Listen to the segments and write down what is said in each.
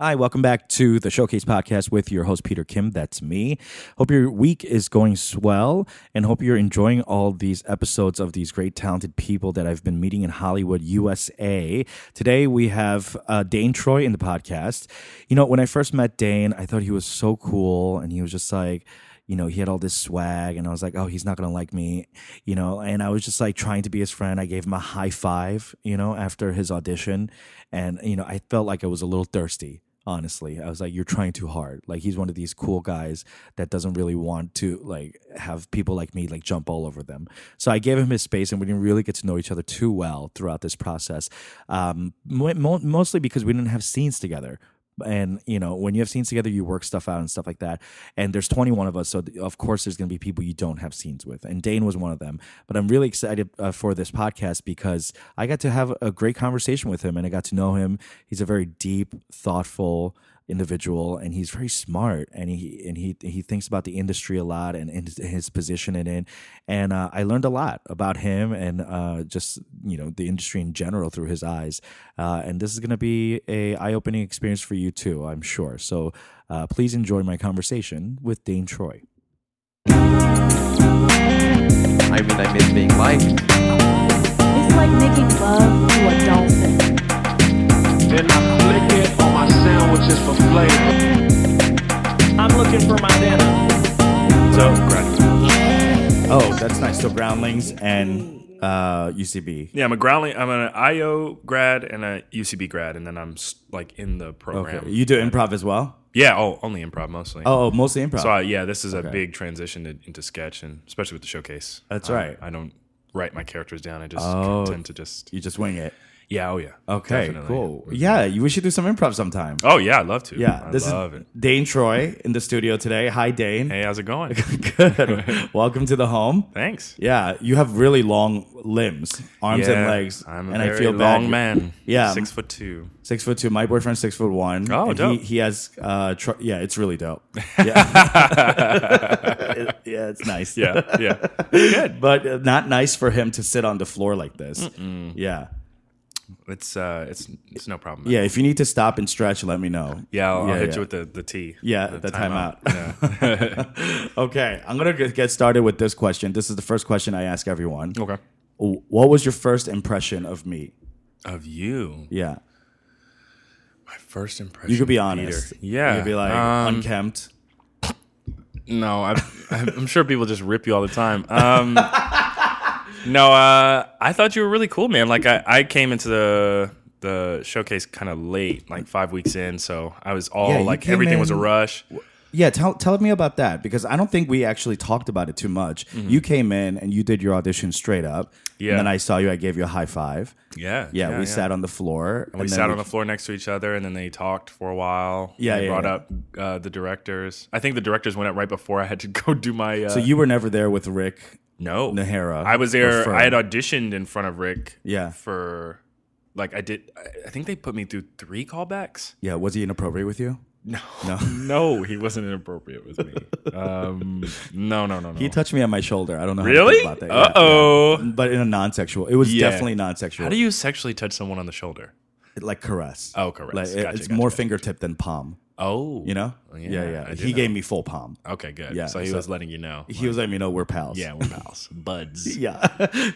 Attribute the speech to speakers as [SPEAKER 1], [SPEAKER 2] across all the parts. [SPEAKER 1] Hi, welcome back to the Showcase Podcast with your host, Peter Kim. That's me. Hope your week is going swell and hope you're enjoying all these episodes of these great, talented people that I've been meeting in Hollywood, USA. Today, we have uh, Dane Troy in the podcast. You know, when I first met Dane, I thought he was so cool and he was just like, you know, he had all this swag, and I was like, oh, he's not gonna like me, you know. And I was just like trying to be his friend. I gave him a high five, you know, after his audition, and you know, I felt like I was a little thirsty. Honestly, I was like, you're trying too hard. Like he's one of these cool guys that doesn't really want to like have people like me like jump all over them. So I gave him his space, and we didn't really get to know each other too well throughout this process, um, mo- mo- mostly because we didn't have scenes together and you know when you have scenes together you work stuff out and stuff like that and there's 21 of us so th- of course there's going to be people you don't have scenes with and dane was one of them but i'm really excited uh, for this podcast because i got to have a great conversation with him and i got to know him he's a very deep thoughtful individual and he's very smart and he and he he thinks about the industry a lot and, and his, his position in it and uh, I learned a lot about him and uh, just you know the industry in general through his eyes uh, and this is going to be a eye opening experience for you too I'm sure so uh, please enjoy my conversation with Dane Troy
[SPEAKER 2] I mean, I miss being liked.
[SPEAKER 3] It's like making love to a dolphin.
[SPEAKER 4] Then I flick it on my sandwiches for flavor.
[SPEAKER 5] I'm looking for my dinner. So correct.
[SPEAKER 1] oh that's nice so Groundlings and uh, UCB
[SPEAKER 5] Yeah, I'm a growling. I'm an IO grad and a UCB grad, and then I'm s- like in the program.
[SPEAKER 1] okay you do improv as well
[SPEAKER 5] Yeah. Oh, only improv mostly.
[SPEAKER 1] oh mostly improv
[SPEAKER 5] So uh, yeah, this is a big transition to, into sketch, and especially with the showcase.
[SPEAKER 1] That's
[SPEAKER 5] I-
[SPEAKER 1] right.
[SPEAKER 5] I don't write my characters down. I just
[SPEAKER 1] Oh.
[SPEAKER 5] tend to just
[SPEAKER 1] you just wing it
[SPEAKER 5] yeah. Oh yeah.
[SPEAKER 1] okay
[SPEAKER 5] Definitely.
[SPEAKER 1] cool yeah you- we should do some improv sometime
[SPEAKER 5] Oh yeah, I'd love to.
[SPEAKER 1] yeah
[SPEAKER 5] I
[SPEAKER 1] this
[SPEAKER 5] love
[SPEAKER 1] is
[SPEAKER 5] it.
[SPEAKER 1] Dane Troy in the studio today hi Dane
[SPEAKER 5] Hey, how's it going?
[SPEAKER 1] good welcome to the home
[SPEAKER 5] Thanks.
[SPEAKER 1] Yeah, you have really long limbs, arms and
[SPEAKER 5] Yeah,
[SPEAKER 1] legs,
[SPEAKER 5] I'm a
[SPEAKER 1] and
[SPEAKER 5] very
[SPEAKER 1] I feel bad.
[SPEAKER 5] long man.
[SPEAKER 1] Yeah.
[SPEAKER 5] six foot two.
[SPEAKER 1] Six foot two. My boyfriend's six foot one.
[SPEAKER 5] Oh,
[SPEAKER 1] and
[SPEAKER 5] dope.
[SPEAKER 1] He, he has, uh, tr- yeah, it's really dope. Yeah, It- yeah, it's nice.
[SPEAKER 5] Yeah, yeah.
[SPEAKER 1] but uh, not nice for him to sit on the floor like this. Yeah,
[SPEAKER 5] It's uh, it's it's no problem. man.
[SPEAKER 1] yeah. If you need to stop and stretch, let me know.
[SPEAKER 5] Yeah, I'll, I'll hit
[SPEAKER 1] yeah.
[SPEAKER 5] you with the the T.
[SPEAKER 1] Yeah, the timeout. Okay, I'm gonna g- get started with this question. This is the first question I ask everyone.
[SPEAKER 5] Yeah. okay.
[SPEAKER 1] W- What was your first impression of me?
[SPEAKER 5] Of you,
[SPEAKER 1] Yeah,
[SPEAKER 5] my first impression.
[SPEAKER 1] you could be
[SPEAKER 5] of
[SPEAKER 1] honest.
[SPEAKER 5] Peter. Yeah,
[SPEAKER 1] you could be like
[SPEAKER 5] um,
[SPEAKER 1] unkempt.
[SPEAKER 5] no. I, I'm sure people just rip you all the time. Um, no, uh, I thought you were really cool, man. Like I, I came into the the showcase kind of late, like five weeks in, so I was all
[SPEAKER 1] Yeah, you
[SPEAKER 5] like
[SPEAKER 1] came
[SPEAKER 5] everything was a
[SPEAKER 1] in-
[SPEAKER 5] rush.
[SPEAKER 1] Yeah, tell tell me about that because I don't think we actually talked about it too much. You came in and you did your audition straight up.
[SPEAKER 5] Mm-hmm. Yeah.
[SPEAKER 1] And then I saw you. I gave you a high five.
[SPEAKER 5] Yeah,
[SPEAKER 1] Yeah, we
[SPEAKER 5] sat on.
[SPEAKER 1] sat on the floor.
[SPEAKER 5] And we
[SPEAKER 1] then
[SPEAKER 5] sat on the floor next to each other, and then they talked for a while.
[SPEAKER 1] Yeah,
[SPEAKER 5] they
[SPEAKER 1] yeah,
[SPEAKER 5] brought
[SPEAKER 1] yeah.
[SPEAKER 5] up uh, the directors. I think the directors went out right before I had to go do my. Uh,
[SPEAKER 1] So you were never there with Rick.
[SPEAKER 5] no
[SPEAKER 1] Nahara
[SPEAKER 5] I was
[SPEAKER 1] or
[SPEAKER 5] there.
[SPEAKER 1] Fern.
[SPEAKER 5] I had auditioned in front of Rick.
[SPEAKER 1] Yeah.
[SPEAKER 5] for like I did. I- I think they put me through three callbacks.
[SPEAKER 1] Yeah, was he inappropriate with you?
[SPEAKER 5] No,
[SPEAKER 1] No.
[SPEAKER 5] no, he wasn't inappropriate with me. um, no, no, no, no.
[SPEAKER 1] He touched me on my shoulder. I don't know. how to feel
[SPEAKER 5] really?
[SPEAKER 1] about that. Yeah,
[SPEAKER 5] Uh oh.
[SPEAKER 1] yeah. But in a non-sexual, it was
[SPEAKER 5] Yeah.
[SPEAKER 1] definitely non-sexual.
[SPEAKER 5] How do you sexually touch someone on the shoulder?
[SPEAKER 1] like caress?
[SPEAKER 5] Oh, caress.
[SPEAKER 1] Like, it-
[SPEAKER 5] Gotcha,
[SPEAKER 1] it's
[SPEAKER 5] gotcha,
[SPEAKER 1] more
[SPEAKER 5] gotcha.
[SPEAKER 1] fingertip than palm.
[SPEAKER 5] Oh,
[SPEAKER 1] You know?
[SPEAKER 5] Yeah,
[SPEAKER 1] yeah.
[SPEAKER 5] I
[SPEAKER 1] yeah.
[SPEAKER 5] did
[SPEAKER 1] He
[SPEAKER 5] know.
[SPEAKER 1] gave me full palm.
[SPEAKER 5] Okay, good.
[SPEAKER 1] Yeah,
[SPEAKER 5] so he
[SPEAKER 1] so-
[SPEAKER 5] was letting you know.
[SPEAKER 1] He was letting me know we're pals.
[SPEAKER 5] yeah, we're pals, buds.
[SPEAKER 1] Yeah.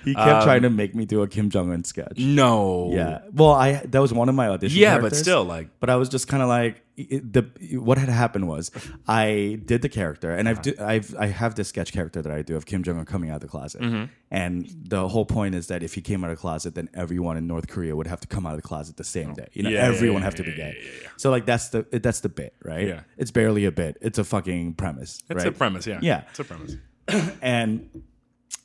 [SPEAKER 1] he kept trying to make me do a Kim Jong Un sketch.
[SPEAKER 5] No.
[SPEAKER 1] Yeah. Well, I that was one of my auditions.
[SPEAKER 5] Yeah, but still, like-
[SPEAKER 1] But I was just kind of like it, the what had happened was I did the character, and
[SPEAKER 5] Uh-huh.
[SPEAKER 1] I've do, I've I have this sketch character that I do of Kim Jong Un coming out of the closet,
[SPEAKER 5] Mm-hmm.
[SPEAKER 1] and the whole point is that if he came out of the closet, then everyone in North Korea would have to come out of the closet the same day. You know,
[SPEAKER 5] Oh. Yeah, yeah,
[SPEAKER 1] everyone
[SPEAKER 5] yeah,
[SPEAKER 1] have to be
[SPEAKER 5] yeah,
[SPEAKER 1] gay.
[SPEAKER 5] yeah, yeah, yeah.
[SPEAKER 1] So like that's the that's the bit, right?
[SPEAKER 5] Yeah.
[SPEAKER 1] It's barely a bit. It's a fucking premise.
[SPEAKER 5] It's
[SPEAKER 1] right?
[SPEAKER 5] a premise, yeah.
[SPEAKER 1] Yeah.
[SPEAKER 5] It's a premise.
[SPEAKER 1] and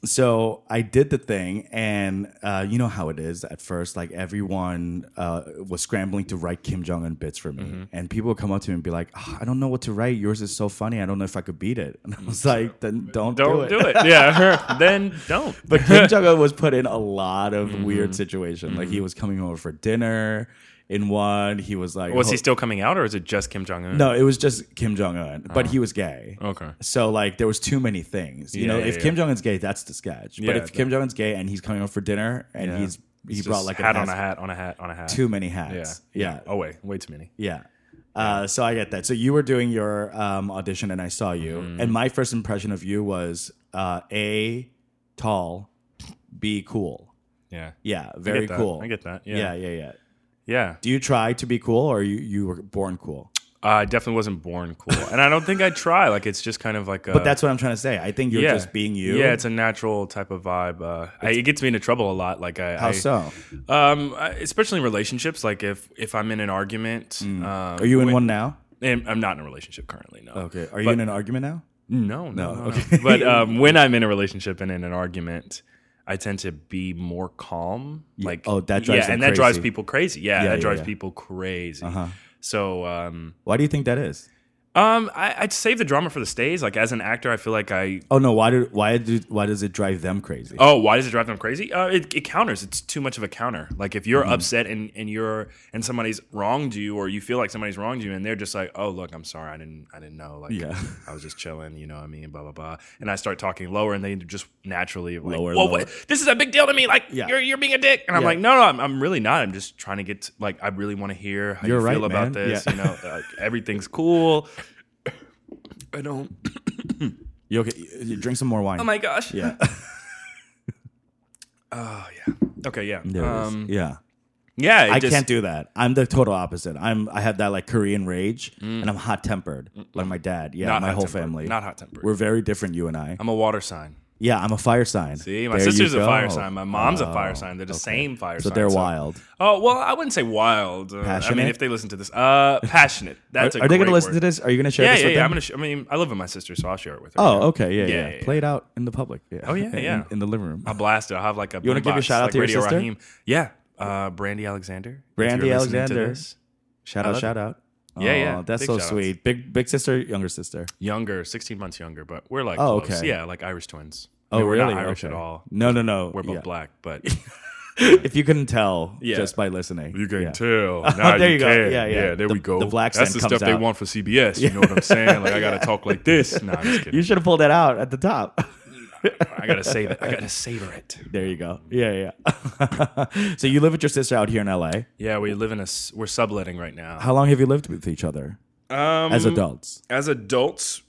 [SPEAKER 1] so I did the thing, and uh, you know how it is at first. Like everyone uh, was scrambling to write Kim Jong Un bits for me,
[SPEAKER 5] Mm-hmm.
[SPEAKER 1] and people would come up to me and be like, "Ah, "I don't know what to write. Yours is so funny. I don't know if I could beat it." And I was like, "Then don't,
[SPEAKER 5] Mm, Don't do it. Yeah. then don't.
[SPEAKER 1] But Kim Jong Un was put in a lot of
[SPEAKER 5] Mm-hmm.
[SPEAKER 1] weird situations. Like he was coming over for dinner in one. He was like,
[SPEAKER 5] was
[SPEAKER 1] ho-
[SPEAKER 5] he still coming out or is it just Kim Jong un?
[SPEAKER 1] No, it was just Kim Jong Un,
[SPEAKER 5] Oh.
[SPEAKER 1] but he was gay.
[SPEAKER 5] Okay.
[SPEAKER 1] So like there was too many things. You
[SPEAKER 5] Yeah,
[SPEAKER 1] know,
[SPEAKER 5] yeah,
[SPEAKER 1] if
[SPEAKER 5] yeah.
[SPEAKER 1] Kim Jong Un's gay, that's the sketch.
[SPEAKER 5] Yeah,
[SPEAKER 1] but if Kim Jong Un's gay and he's coming over for dinner and he's he
[SPEAKER 5] It's
[SPEAKER 1] brought
[SPEAKER 5] just
[SPEAKER 1] like
[SPEAKER 5] hat
[SPEAKER 1] an
[SPEAKER 5] on a
[SPEAKER 1] ass-
[SPEAKER 5] hat on a hat on a hat.
[SPEAKER 1] too many
[SPEAKER 5] Yeah.
[SPEAKER 1] hats. Yeah. Yeah.
[SPEAKER 5] Oh wait, way too many.
[SPEAKER 1] yeah. Uh, so I get that. So you were doing your um, audition, and I saw you.
[SPEAKER 5] Mm-hmm.
[SPEAKER 1] And my first impression of you was uh, a tall, b cool.
[SPEAKER 5] Yeah.
[SPEAKER 1] Yeah, very
[SPEAKER 5] that.
[SPEAKER 1] cool.
[SPEAKER 5] I get that. Yeah.
[SPEAKER 1] Yeah, yeah, yeah.
[SPEAKER 5] Yeah.
[SPEAKER 1] Do you try to be cool, or you you were born cool?
[SPEAKER 5] Uh, I definitely wasn't born cool, and I don't think I try. Like it's just kind of like. A,
[SPEAKER 1] But that's what I'm trying to say. I think you're just being you.
[SPEAKER 5] Uh, Yeah, it's a natural type of vibe. Uh, I, it gets me into trouble a lot. Like I.
[SPEAKER 1] how
[SPEAKER 5] I-
[SPEAKER 1] so?
[SPEAKER 5] Um, I- especially in relationships. Like if if I'm in an argument,
[SPEAKER 1] Mm.
[SPEAKER 5] um,
[SPEAKER 1] Are you in
[SPEAKER 5] when-
[SPEAKER 1] one now?
[SPEAKER 5] and I'm not in a relationship currently. No.
[SPEAKER 1] Okay. Are you
[SPEAKER 5] But-
[SPEAKER 1] in an argument now?
[SPEAKER 5] No, no,
[SPEAKER 1] No,
[SPEAKER 5] no,
[SPEAKER 1] okay.
[SPEAKER 5] no. But um, when I'm in a relationship and in an argument, I tend to be more calm. Like
[SPEAKER 1] oh, that drives
[SPEAKER 5] yeah,
[SPEAKER 1] them
[SPEAKER 5] and that drives
[SPEAKER 1] crazy.
[SPEAKER 5] people crazy. Yeah,
[SPEAKER 1] Yeah,
[SPEAKER 5] that
[SPEAKER 1] yeah,
[SPEAKER 5] drives
[SPEAKER 1] yeah. Uh-huh.
[SPEAKER 5] people crazy. So um,
[SPEAKER 1] Why do you think that is?
[SPEAKER 5] um, I, I'd save the drama for the stage. Like as an actor, I feel like I.
[SPEAKER 1] Oh no! Why do why do why does it drive them crazy?
[SPEAKER 5] Oh, why does it drive them crazy? Uh, it, it counters. It's too much of a counter. Like if you're
[SPEAKER 1] Mm-hmm.
[SPEAKER 5] upset and, and you're and somebody's wronged you, or you feel like somebody's wronged you, and they're just like, "Oh, look, I'm sorry, I didn't, I didn't know." Like,
[SPEAKER 1] Yeah.
[SPEAKER 5] I was just chilling, you know what I mean? Blah blah blah. And I start talking lower, and they just naturally like,
[SPEAKER 1] Lower,
[SPEAKER 5] "Well,
[SPEAKER 1] lower.
[SPEAKER 5] what- this is a big deal to me. Like,
[SPEAKER 1] Yeah.
[SPEAKER 5] you're you're being a dick." And I'm
[SPEAKER 1] Yeah.
[SPEAKER 5] like, "No, no, I'm, I'm really not. I'm just trying to get to, like, I really want to hear how
[SPEAKER 1] You're
[SPEAKER 5] you
[SPEAKER 1] right,
[SPEAKER 5] feel about
[SPEAKER 1] man.
[SPEAKER 5] this.
[SPEAKER 1] Yeah.
[SPEAKER 5] You know, like, everything's cool. I don't.
[SPEAKER 1] You okay? You- you drink some more wine.
[SPEAKER 5] Oh my gosh.
[SPEAKER 1] yeah.
[SPEAKER 5] Oh yeah. Okay. Yeah.
[SPEAKER 1] There it is.
[SPEAKER 5] Um,
[SPEAKER 1] yeah.
[SPEAKER 5] yeah. it
[SPEAKER 1] I
[SPEAKER 5] just-
[SPEAKER 1] can't do that. I'm the total opposite. I'm I have that like Korean rage, and I'm hot tempered, like my dad. Yeah,
[SPEAKER 5] Mm. Not
[SPEAKER 1] my whole
[SPEAKER 5] hot-tempered.
[SPEAKER 1] family.
[SPEAKER 5] Not hot tempered.
[SPEAKER 1] We're very different, you and I.
[SPEAKER 5] I'm a water sign.
[SPEAKER 1] yeah, I'm a fire sign.
[SPEAKER 5] See, my
[SPEAKER 1] There you
[SPEAKER 5] sister's a
[SPEAKER 1] go.
[SPEAKER 5] fire sign. My mom's a
[SPEAKER 1] Oh,
[SPEAKER 5] fire sign. They're the same fire
[SPEAKER 1] So
[SPEAKER 5] sign.
[SPEAKER 1] they're wild.
[SPEAKER 5] Oh well, I wouldn't say wild. Uh, I mean,
[SPEAKER 1] Passionate?
[SPEAKER 5] if they listen to this, uh, passionate. That's
[SPEAKER 1] are
[SPEAKER 5] a
[SPEAKER 1] are they going
[SPEAKER 5] great
[SPEAKER 1] to listen
[SPEAKER 5] word.
[SPEAKER 1] to this? Are you going to share
[SPEAKER 5] Yeah,
[SPEAKER 1] this
[SPEAKER 5] yeah,
[SPEAKER 1] with
[SPEAKER 5] yeah.
[SPEAKER 1] them?
[SPEAKER 5] I'm gonna. Sh- I mean, I live with my sister, so I'll share it with her.
[SPEAKER 1] oh, okay. Yeah,
[SPEAKER 5] Yeah,
[SPEAKER 1] yeah,
[SPEAKER 5] yeah, yeah.
[SPEAKER 1] Play it out in the public. Yeah.
[SPEAKER 5] Oh, yeah,
[SPEAKER 1] In-
[SPEAKER 5] yeah.
[SPEAKER 1] In, the living room.
[SPEAKER 5] I'll blast it. I'll have like a.
[SPEAKER 1] You wanna
[SPEAKER 5] boombox,
[SPEAKER 1] give a shout out
[SPEAKER 5] like
[SPEAKER 1] to your
[SPEAKER 5] Radio
[SPEAKER 1] sister?
[SPEAKER 5] Raheem. Yeah, uh, Brandy Alexander. if
[SPEAKER 1] Brandy
[SPEAKER 5] you're listening to
[SPEAKER 1] Alexander.
[SPEAKER 5] this.
[SPEAKER 1] Shout
[SPEAKER 5] I
[SPEAKER 1] out,
[SPEAKER 5] love
[SPEAKER 1] shout out.
[SPEAKER 5] Yeah,
[SPEAKER 1] Aw,
[SPEAKER 5] yeah.
[SPEAKER 1] That's
[SPEAKER 5] Big
[SPEAKER 1] so
[SPEAKER 5] shout outs.
[SPEAKER 1] sweig. Big big sister, younger sister.
[SPEAKER 5] younger, 16 months younger, but we're like.
[SPEAKER 1] Oh,
[SPEAKER 5] close.
[SPEAKER 1] okay.
[SPEAKER 5] Yeah, like Irish twins. I
[SPEAKER 1] Oh,
[SPEAKER 5] mean, we're
[SPEAKER 1] really?
[SPEAKER 5] Not Irish
[SPEAKER 1] Okay.
[SPEAKER 5] at all.
[SPEAKER 1] No, no, no.
[SPEAKER 5] We're both
[SPEAKER 1] Yeah.
[SPEAKER 5] black, but
[SPEAKER 1] If you couldn't tell
[SPEAKER 5] Yeah.
[SPEAKER 1] just by listening,
[SPEAKER 5] You can
[SPEAKER 1] yeah.
[SPEAKER 5] tell. Now
[SPEAKER 1] there
[SPEAKER 5] you,
[SPEAKER 1] you go.
[SPEAKER 5] Can.
[SPEAKER 1] Yeah, yeah.
[SPEAKER 5] There
[SPEAKER 1] The-
[SPEAKER 5] we go.
[SPEAKER 1] the black
[SPEAKER 5] That's
[SPEAKER 1] scent
[SPEAKER 5] the
[SPEAKER 1] comes
[SPEAKER 5] stuff they
[SPEAKER 1] out.
[SPEAKER 5] want for CBS. You know what I'm saying? Like I gotta talk like this. No, I'm just kidding.
[SPEAKER 1] You should have pulled that out at the top.
[SPEAKER 5] I gotta save it. I gotta savor it.
[SPEAKER 1] There you go. Yeah, yeah. so you live with your sister out here in LA.
[SPEAKER 5] Yeah, we live in a. s- We're subletting right now.
[SPEAKER 1] How long have you lived with each other
[SPEAKER 5] Um,
[SPEAKER 1] as adults?
[SPEAKER 5] as adults,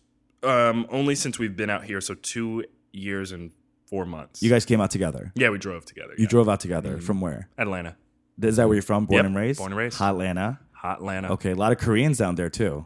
[SPEAKER 5] um, only since we've been out here, so two years and four months.
[SPEAKER 1] You guys came out together.
[SPEAKER 5] yeah, we drove together.
[SPEAKER 1] You drove out together from where?
[SPEAKER 5] Atlanta,
[SPEAKER 1] Is that where you're from? Born
[SPEAKER 5] Yep.
[SPEAKER 1] and raised?
[SPEAKER 5] Born and raised.
[SPEAKER 1] Atlanta.
[SPEAKER 5] Atlanta.
[SPEAKER 1] Okay, a lot of Koreans down there too.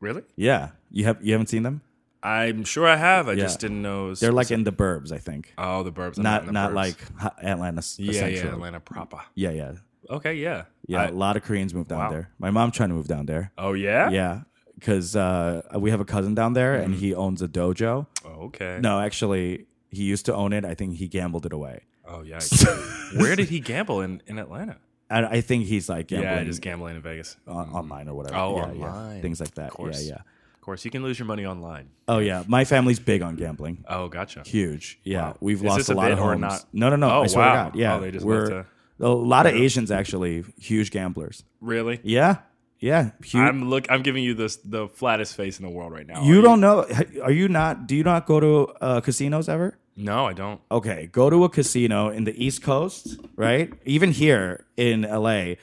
[SPEAKER 5] Really?
[SPEAKER 1] Yeah. You have you haven't seen them?
[SPEAKER 5] I'm sure I have. I
[SPEAKER 1] Yeah.
[SPEAKER 5] just didn't know.
[SPEAKER 1] They're like in the burbs, I think.
[SPEAKER 5] oh, the burbs. I'm
[SPEAKER 1] not
[SPEAKER 5] in the
[SPEAKER 1] not
[SPEAKER 5] burbs.
[SPEAKER 1] like ha- Atlanta s-
[SPEAKER 5] yeah, yeah,
[SPEAKER 1] Central.
[SPEAKER 5] Atlanta proper.
[SPEAKER 1] Yeah, yeah.
[SPEAKER 5] Okay, yeah,
[SPEAKER 1] Yeah,
[SPEAKER 5] I-
[SPEAKER 1] A lot of Koreans move down
[SPEAKER 5] Wow.
[SPEAKER 1] there. My mom's trying to move down there.
[SPEAKER 5] oh yeah.
[SPEAKER 1] Yeah. Cause uh, we have a cousin down there and he owns a dojo.
[SPEAKER 5] Oh, Mm-hmm. okay.
[SPEAKER 1] No, actually, he used to own it. I think he gambled it away.
[SPEAKER 5] Oh yeah. I- Where did he gamble in, in Atlanta?
[SPEAKER 1] I, I think he's like gambling
[SPEAKER 5] Yeah, just gambling in Vegas. Of
[SPEAKER 1] on, online or whatever.
[SPEAKER 5] Oh,
[SPEAKER 1] yeah,
[SPEAKER 5] online.
[SPEAKER 1] yeah. things like that. Yeah,
[SPEAKER 5] course.
[SPEAKER 1] yeah.
[SPEAKER 5] course, you can lose your money online.
[SPEAKER 1] Oh yeah, my family's big on gambling.
[SPEAKER 5] Oh, gotcha.
[SPEAKER 1] Huge. Yeah,
[SPEAKER 5] Wow.
[SPEAKER 1] we've
[SPEAKER 5] Is
[SPEAKER 1] lost
[SPEAKER 5] this
[SPEAKER 1] a
[SPEAKER 5] a
[SPEAKER 1] lot
[SPEAKER 5] bit
[SPEAKER 1] of
[SPEAKER 5] or
[SPEAKER 1] homes.
[SPEAKER 5] not?
[SPEAKER 1] No, no, no.
[SPEAKER 5] Oh,
[SPEAKER 1] I swear
[SPEAKER 5] wow.
[SPEAKER 1] to God. Yeah,
[SPEAKER 5] Oh, they just
[SPEAKER 1] we're
[SPEAKER 5] love
[SPEAKER 1] a lot of Asians actually huge gamblers.
[SPEAKER 5] Really?
[SPEAKER 1] Yeah, yeah. Huge.
[SPEAKER 5] I'm look. I'm giving you this the flattest face in the world right now. Are
[SPEAKER 1] you don't know? Are you not? Do you not go to uh, casinos ever?
[SPEAKER 5] No, I don't.
[SPEAKER 1] okay, go to a casino in the East Coast, right? Even here in LA,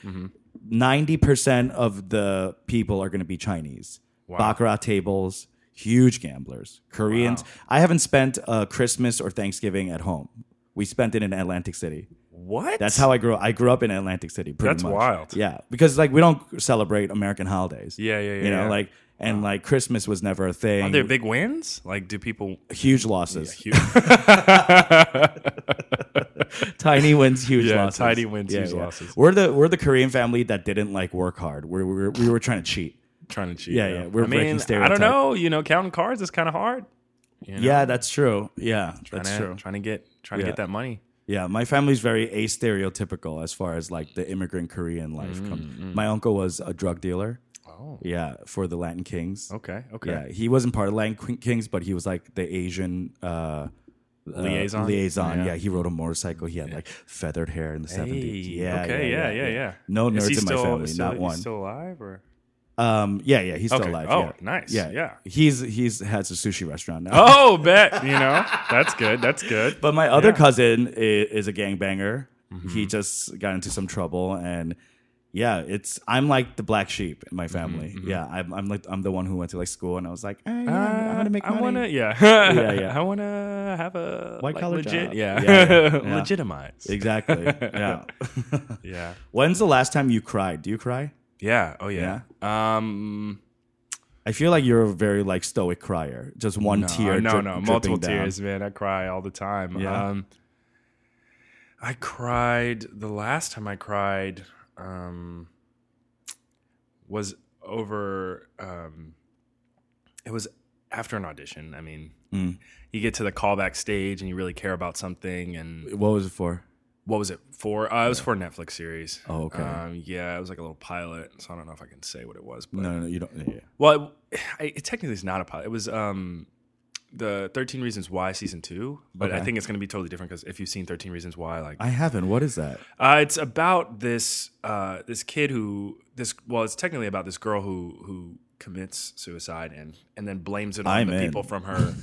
[SPEAKER 1] 90% of the people are going to be Chinese. Baccarat tables, huge gamblers, Koreans. I haven't spent uh, Christmas or Thanksgiving at home. We spent it in Atlantic City.
[SPEAKER 5] What?
[SPEAKER 1] That's how I grew up. I grew up in Atlantic City. Pretty
[SPEAKER 5] That's
[SPEAKER 1] much.
[SPEAKER 5] wild.
[SPEAKER 1] Yeah, because like we don't celebrate American holidays.
[SPEAKER 5] Yeah, yeah, yeah,
[SPEAKER 1] You know,
[SPEAKER 5] yeah.
[SPEAKER 1] like and like Christmas was never a thing.
[SPEAKER 5] Are there big wins? Like, do people?
[SPEAKER 1] huge losses.
[SPEAKER 5] Huge,
[SPEAKER 1] tiny wins, huge
[SPEAKER 5] Yeah,
[SPEAKER 1] losses.
[SPEAKER 5] tiny wins, huge losses.
[SPEAKER 1] We're the we're the Korean family that didn't like work hard. We're, we were we were trying to cheat.
[SPEAKER 5] trying to cheat.
[SPEAKER 1] Yeah,
[SPEAKER 5] you know?
[SPEAKER 1] yeah, we're
[SPEAKER 5] I mean,
[SPEAKER 1] breaking
[SPEAKER 5] I
[SPEAKER 1] stereotype.
[SPEAKER 5] don't know. You know, counting cards is kind of hard. You know?
[SPEAKER 1] Yeah, that's true. Yeah,
[SPEAKER 5] Trying
[SPEAKER 1] that's
[SPEAKER 5] to-
[SPEAKER 1] true.
[SPEAKER 5] Trying to get trying to
[SPEAKER 1] Yeah.
[SPEAKER 5] get that money.
[SPEAKER 1] Yeah, my family's very astereotypical as far as like the immigrant Korean life comes. My uncle was a drug dealer.
[SPEAKER 5] Mm, Oh.
[SPEAKER 1] Yeah, for the Latin Kings.
[SPEAKER 5] Okay. Okay.
[SPEAKER 1] Yeah, he wasn't part of Latin Queen- Kings, but he was like the Asian uh, uh,
[SPEAKER 5] Liaison?
[SPEAKER 1] liaison.
[SPEAKER 5] Yeah.
[SPEAKER 1] Yeah. he rode a motorcycle. He had like feathered hair in the seventies.
[SPEAKER 5] Hey,
[SPEAKER 1] Yeah,
[SPEAKER 5] Okay. Yeah. Yeah. Yeah.
[SPEAKER 1] No
[SPEAKER 5] Is he
[SPEAKER 1] nerds in my
[SPEAKER 5] still-
[SPEAKER 1] family,
[SPEAKER 5] still-
[SPEAKER 1] not
[SPEAKER 5] he's
[SPEAKER 1] one.
[SPEAKER 5] Still alive or?
[SPEAKER 1] Um, yeah, yeah, he's still
[SPEAKER 5] Okay.
[SPEAKER 1] alive.
[SPEAKER 5] Oh,
[SPEAKER 1] yeah.
[SPEAKER 5] nice. Yeah.
[SPEAKER 1] He's he's has a sushi restaurant now.
[SPEAKER 5] Oh, bet. You know, that's good. That's good.
[SPEAKER 1] But my
[SPEAKER 5] Mm-hmm.
[SPEAKER 1] other cousin is, is a gangbanger. He just got into some trouble and Yeah, it's I'm like the black sheep in my
[SPEAKER 5] Mm-hmm,
[SPEAKER 1] family. Yeah, I'm, I'm like I'm the one who went to like school and I was like, eh, yeah, I'm gonna make money.
[SPEAKER 5] Uh, I wanna, yeah,
[SPEAKER 1] Yeah, yeah.
[SPEAKER 5] I wanna have a
[SPEAKER 1] White
[SPEAKER 5] like,
[SPEAKER 1] collar
[SPEAKER 5] legit,
[SPEAKER 1] job.
[SPEAKER 5] yeah,
[SPEAKER 1] Yeah, yeah, yeah.
[SPEAKER 5] legitimize,
[SPEAKER 1] Exactly. Yeah.
[SPEAKER 5] yeah,
[SPEAKER 1] When's the last time you cried? Do you cry?
[SPEAKER 5] yeah, oh yeah. Um,
[SPEAKER 1] I feel like you're a very like stoic crier. Just one
[SPEAKER 5] no,
[SPEAKER 1] tear.
[SPEAKER 5] no,
[SPEAKER 1] drip-
[SPEAKER 5] no,
[SPEAKER 1] dripping
[SPEAKER 5] multiple
[SPEAKER 1] down.
[SPEAKER 5] tears, man. I cry all the time.
[SPEAKER 1] Yeah.
[SPEAKER 5] Um, I cried the last time I cried um, was over. Um, it was after an audition. I mean,
[SPEAKER 1] Mm.
[SPEAKER 5] you get to the callback stage and you really care about something, and
[SPEAKER 1] What was it for?
[SPEAKER 5] what was it for? Uh, it was for a Netflix series.
[SPEAKER 1] Oh, okay.
[SPEAKER 5] Um, yeah, it was like a little pilot, so I don't know if I can say what it was. But
[SPEAKER 1] No, no, you don't. Yeah.
[SPEAKER 5] well, it, I, it technically is not a pilot. It was um, the Thirteen Reasons Why season two, but I
[SPEAKER 1] Okay.
[SPEAKER 5] think it's going to be totally different because if you've seen Thirteen Reasons Why, like
[SPEAKER 1] I haven't. What is that?
[SPEAKER 5] uh, it's about this uh, this kid who this well, it's technically about this girl who who commits suicide and and then blames it on
[SPEAKER 1] I'm
[SPEAKER 5] the
[SPEAKER 1] in.
[SPEAKER 5] people from her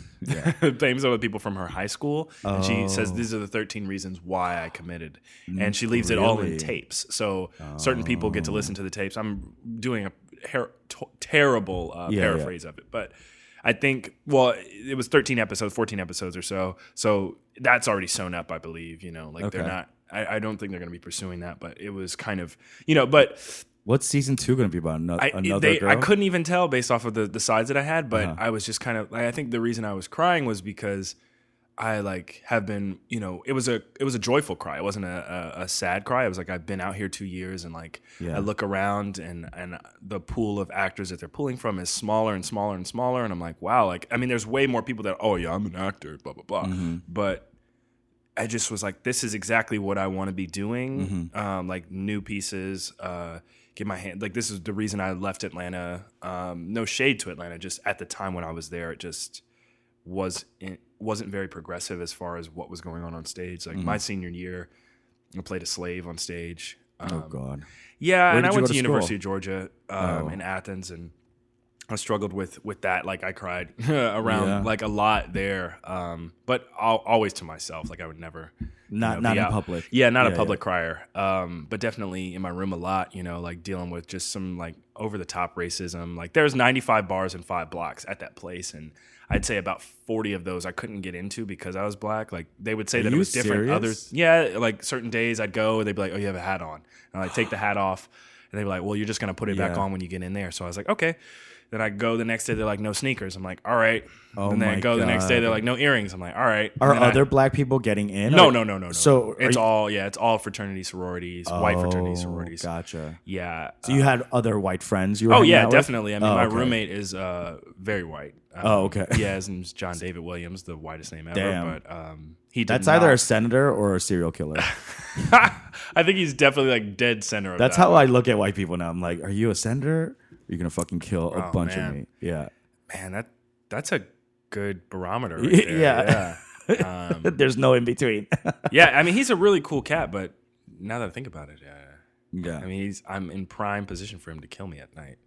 [SPEAKER 5] blames it on the people from her high school and she says
[SPEAKER 1] Oh.
[SPEAKER 5] these are the 13 reasons why I committed and she leaves it all in
[SPEAKER 1] Really?
[SPEAKER 5] tapes so certain people get to listen to the tapes I'm doing a her- to- terrible uh,
[SPEAKER 1] Yeah, yeah.
[SPEAKER 5] paraphrase of it but I think well it was 13 episodes 14 episodes or so so that's already sewn up I believe you know like they're
[SPEAKER 1] Okay.
[SPEAKER 5] not I, I don't think they're going to be pursuing that, but it was kind of, you know, but
[SPEAKER 1] What's season two going to be about? Another,
[SPEAKER 5] I,
[SPEAKER 1] another
[SPEAKER 5] they,
[SPEAKER 1] girl. Uh-huh.
[SPEAKER 5] I couldn't even tell based off of the, the sides that I had, but I was just kind of, like, I think the reason I was crying was because I like have been, you know, it was a, it was a joyful cry. It wasn't a, a, a sad cry. It was like, I've been out here two years and like,
[SPEAKER 1] Yeah.
[SPEAKER 5] I look around and, and the pool of actors that they're pulling from is smaller and smaller and smaller. And I'm like, wow, like, I mean, there's way more people that, oh yeah, I'm an actor, blah, blah, blah. But I just was like, this is exactly what I want to be doing. Um, like new pieces, uh, get my hand. Like this is the reason I left Atlanta. Um, no shade to Atlanta, just at the time when I was there, it just was it wasn't very progressive as far as what was going on on stage. Like
[SPEAKER 1] Mm-hmm.
[SPEAKER 5] my senior year, I played a slave on stage. Um,
[SPEAKER 1] Oh God.
[SPEAKER 5] yeah,
[SPEAKER 1] Where
[SPEAKER 5] and
[SPEAKER 1] did
[SPEAKER 5] I
[SPEAKER 1] you
[SPEAKER 5] went
[SPEAKER 1] go
[SPEAKER 5] to,
[SPEAKER 1] to
[SPEAKER 5] University
[SPEAKER 1] school? Oh.
[SPEAKER 5] of Georgia um, in Athens, and I struggled with with that. Like I cried around
[SPEAKER 1] Yeah.
[SPEAKER 5] like a lot there, um, but al always to myself. Like I would never, you
[SPEAKER 1] Not-
[SPEAKER 5] know,
[SPEAKER 1] not
[SPEAKER 5] be
[SPEAKER 1] in
[SPEAKER 5] out.
[SPEAKER 1] public.
[SPEAKER 5] Yeah, not
[SPEAKER 1] Yeah,
[SPEAKER 5] a public crier, um, but definitely in my room a lot. You know, like dealing with just some like over the top racism. Like there's 95 bars and five blocks at that place, and I'd say about 40 of those I couldn't get into because I was black. Like they would say that
[SPEAKER 1] you
[SPEAKER 5] it was different.
[SPEAKER 1] serious?
[SPEAKER 5] Others, yeah, like certain days I'd go, they'd be like, "Oh, you have a hat on," and I take the hat off, and they'd be like, "Well, you're just gonna put it back
[SPEAKER 1] Yeah.
[SPEAKER 5] on when you get in there." So I was like, "Okay." Then I go the next day, they're like, "No sneakers." I'm like, "All right."
[SPEAKER 1] Oh
[SPEAKER 5] and then I
[SPEAKER 1] my
[SPEAKER 5] go the next day,
[SPEAKER 1] God.
[SPEAKER 5] they're like, "No earrings." I'm like, "All right."
[SPEAKER 1] Are
[SPEAKER 5] And then I-
[SPEAKER 1] other black people getting in?
[SPEAKER 5] no,
[SPEAKER 1] Or-
[SPEAKER 5] no, no, no, no.
[SPEAKER 1] So are
[SPEAKER 5] it's
[SPEAKER 1] you-
[SPEAKER 5] all yeah, it's all fraternity sororities, white fraternity
[SPEAKER 1] Oh,
[SPEAKER 5] sororities.
[SPEAKER 1] Gotcha.
[SPEAKER 5] Yeah.
[SPEAKER 1] So you had other white friends? You were
[SPEAKER 5] Uh, Oh
[SPEAKER 1] hanging
[SPEAKER 5] yeah,
[SPEAKER 1] out with?
[SPEAKER 5] definitely. I mean,
[SPEAKER 1] Oh,
[SPEAKER 5] my
[SPEAKER 1] okay.
[SPEAKER 5] roommate is uh, very white. Um,
[SPEAKER 1] Oh, okay.
[SPEAKER 5] Yeah, his name's John David Williams, the whitest name ever.
[SPEAKER 1] Damn.
[SPEAKER 5] But um, he did
[SPEAKER 1] That's either
[SPEAKER 5] not-
[SPEAKER 1] a senator or a serial killer.
[SPEAKER 5] I think he's definitely like dead center of
[SPEAKER 1] That's
[SPEAKER 5] that.
[SPEAKER 1] how I look at white people now. I'm like, are you a senator? You're gonna fucking kill a
[SPEAKER 5] Oh,
[SPEAKER 1] bunch
[SPEAKER 5] man.
[SPEAKER 1] of me. Yeah.
[SPEAKER 5] man. That that's a good barometer. Right there.
[SPEAKER 1] Yeah.
[SPEAKER 5] Yeah. Um,
[SPEAKER 1] There's no in between.
[SPEAKER 5] yeah. I mean, he's a really cool cat, but now that I think about it, yeah.
[SPEAKER 1] yeah.
[SPEAKER 5] I mean, he's I'm in prime position for him to kill me at night.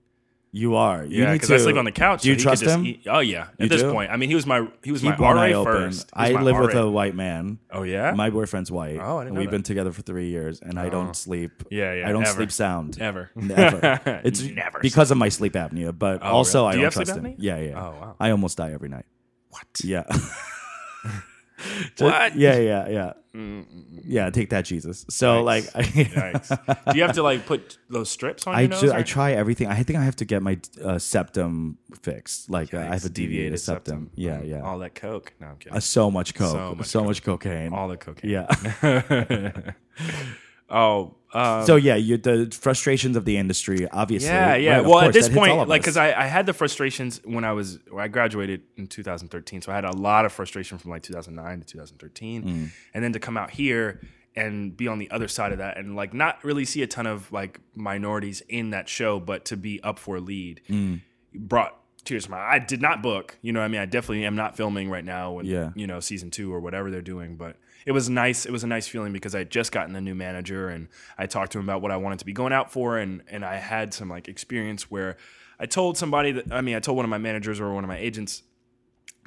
[SPEAKER 1] you are. You
[SPEAKER 5] yeah,
[SPEAKER 1] need
[SPEAKER 5] I
[SPEAKER 1] to-
[SPEAKER 5] sleep on the couch.
[SPEAKER 1] Do you
[SPEAKER 5] so he could
[SPEAKER 1] trust
[SPEAKER 5] just
[SPEAKER 1] him?
[SPEAKER 5] eat- oh yeah. At
[SPEAKER 1] You
[SPEAKER 5] this
[SPEAKER 1] do?
[SPEAKER 5] point, I mean, he was my he was
[SPEAKER 1] Keep
[SPEAKER 5] my
[SPEAKER 1] one eye
[SPEAKER 5] RA
[SPEAKER 1] open.
[SPEAKER 5] first. He was
[SPEAKER 1] I
[SPEAKER 5] my
[SPEAKER 1] live with
[SPEAKER 5] RA.
[SPEAKER 1] a white man.
[SPEAKER 5] Oh yeah.
[SPEAKER 1] My boyfriend's white.
[SPEAKER 5] Oh, I didn't
[SPEAKER 1] and
[SPEAKER 5] know
[SPEAKER 1] We've
[SPEAKER 5] that. Oh.
[SPEAKER 1] been together for three years, and I don't sleep.
[SPEAKER 5] Yeah, yeah,
[SPEAKER 1] I don't
[SPEAKER 5] ever.
[SPEAKER 1] sleep sound.
[SPEAKER 5] Ever.
[SPEAKER 1] Never. It's
[SPEAKER 5] Never
[SPEAKER 1] because of my sleep apnea, but
[SPEAKER 5] Oh,
[SPEAKER 1] also
[SPEAKER 5] really? Do
[SPEAKER 1] I
[SPEAKER 5] you
[SPEAKER 1] don't
[SPEAKER 5] have sleep
[SPEAKER 1] trust him.
[SPEAKER 5] apnea?
[SPEAKER 1] Yeah, yeah.
[SPEAKER 5] Oh, wow.
[SPEAKER 1] I almost die every night.
[SPEAKER 5] what?
[SPEAKER 1] Yeah.
[SPEAKER 5] What?
[SPEAKER 1] yeah, yeah, yeah. Yeah, take that, Jesus. So
[SPEAKER 5] Yikes.
[SPEAKER 1] like,
[SPEAKER 5] Yikes. Do you have to like put those strips on
[SPEAKER 1] I
[SPEAKER 5] your nose?
[SPEAKER 1] ju-
[SPEAKER 5] or-
[SPEAKER 1] I try everything. I think I have to get my uh, septum fixed. Like uh, I have a
[SPEAKER 5] Yikes.
[SPEAKER 1] deviated septum. Yeah,
[SPEAKER 5] Mm,
[SPEAKER 1] yeah.
[SPEAKER 5] All that coke. No, I'm kidding.
[SPEAKER 1] Uh, so much coke.
[SPEAKER 5] So
[SPEAKER 1] So
[SPEAKER 5] much
[SPEAKER 1] much, cocaine.
[SPEAKER 5] all the cocaine.
[SPEAKER 1] yeah.
[SPEAKER 5] Oh, uh,
[SPEAKER 1] so yeah, you, the frustrations of the industry, obviously.
[SPEAKER 5] yeah, yeah.
[SPEAKER 1] Right, of
[SPEAKER 5] well,
[SPEAKER 1] course,
[SPEAKER 5] at this
[SPEAKER 1] that hits all
[SPEAKER 5] point,
[SPEAKER 1] of
[SPEAKER 5] like,
[SPEAKER 1] us.
[SPEAKER 5] because I, I had the frustrations when I was when I graduated in 2013, so I had a lot of frustration from like 2009 to 2013,
[SPEAKER 1] Mm.
[SPEAKER 5] and then to come out here and be on the other side of that and like not really see a ton of like minorities in that show, but to be up for a lead
[SPEAKER 1] Mm.
[SPEAKER 5] brought tears to my I did not book. You know, what I mean, I definitely am not filming right now when
[SPEAKER 1] Yeah.
[SPEAKER 5] you know season two or whatever they're doing. But it was nice. It was a nice feeling because I had just gotten a new manager and I talked to him about what I wanted to be going out for, and and I had some like experience where I told somebody that I mean I told one of my managers or one of my agents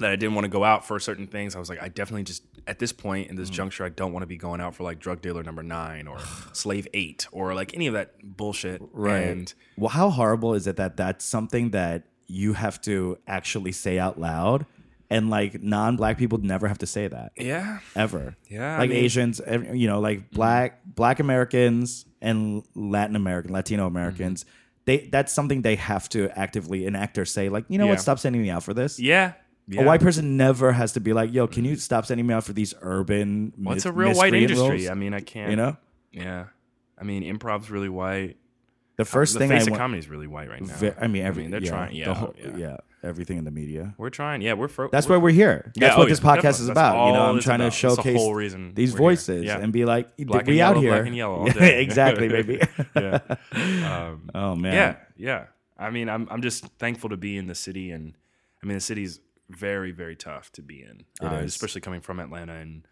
[SPEAKER 5] that I didn't want to go out for certain things. I was like, I definitely just at this point in this juncture, I don't want to be going out for like drug dealer number nine or slave eight or like any of that bullshit. And
[SPEAKER 1] well, how horrible is it that that's something that you have to actually say out loud, and like non-black people never have to say that
[SPEAKER 5] yeah,
[SPEAKER 1] ever.
[SPEAKER 5] Yeah, I
[SPEAKER 1] like
[SPEAKER 5] mean- Mm-hmm.
[SPEAKER 1] Asians, ev- you know, like black Black Americans and Latin American, Latino Americans.
[SPEAKER 5] Mm-hmm.
[SPEAKER 1] They that's something they have to actively enact or say. Like, you know
[SPEAKER 5] Yeah.
[SPEAKER 1] what? Stop sending me out for this.
[SPEAKER 5] yeah. yeah.
[SPEAKER 1] A white person never has to be like, "Yo, can you stop sending me out for these urban?"
[SPEAKER 5] What's
[SPEAKER 1] mis-
[SPEAKER 5] a real white
[SPEAKER 1] miscreant
[SPEAKER 5] industry?
[SPEAKER 1] roles?"
[SPEAKER 5] I mean, I can't.
[SPEAKER 1] you know,
[SPEAKER 5] Yeah. I mean, improv's really white.
[SPEAKER 1] the first
[SPEAKER 5] the
[SPEAKER 1] thing I
[SPEAKER 5] face of
[SPEAKER 1] want.
[SPEAKER 5] comedy is really white right now.
[SPEAKER 1] Ve- I mean, every,
[SPEAKER 5] they're
[SPEAKER 1] yeah,
[SPEAKER 5] trying.
[SPEAKER 1] the
[SPEAKER 5] Yeah,
[SPEAKER 1] whole-
[SPEAKER 5] yeah.
[SPEAKER 1] yeah, everything in the media.
[SPEAKER 5] We're trying. Yeah, we're. Fro-
[SPEAKER 1] That's why we're here.
[SPEAKER 5] Yeah,
[SPEAKER 1] That's
[SPEAKER 5] oh
[SPEAKER 1] what
[SPEAKER 5] yeah,
[SPEAKER 1] this podcast
[SPEAKER 5] definitely.
[SPEAKER 1] is
[SPEAKER 5] That's
[SPEAKER 1] about. you know,
[SPEAKER 5] all
[SPEAKER 1] I'm
[SPEAKER 5] it's
[SPEAKER 1] trying
[SPEAKER 5] about.
[SPEAKER 1] to
[SPEAKER 5] That's the whole
[SPEAKER 1] showcase
[SPEAKER 5] reason
[SPEAKER 1] these
[SPEAKER 5] we're here.
[SPEAKER 1] voices
[SPEAKER 5] Yeah.
[SPEAKER 1] and be like,
[SPEAKER 5] Black
[SPEAKER 1] we
[SPEAKER 5] and
[SPEAKER 1] out
[SPEAKER 5] yellow,
[SPEAKER 1] here.
[SPEAKER 5] black and yellow all
[SPEAKER 1] Yeah,
[SPEAKER 5] day.
[SPEAKER 1] exactly, baby.
[SPEAKER 5] yeah. Um,
[SPEAKER 1] oh man.
[SPEAKER 5] Yeah, yeah. I mean, I'm I'm just thankful to be in the city, and I mean, the city's very very tough to be in, uh,
[SPEAKER 1] is.
[SPEAKER 5] especially coming from Atlanta and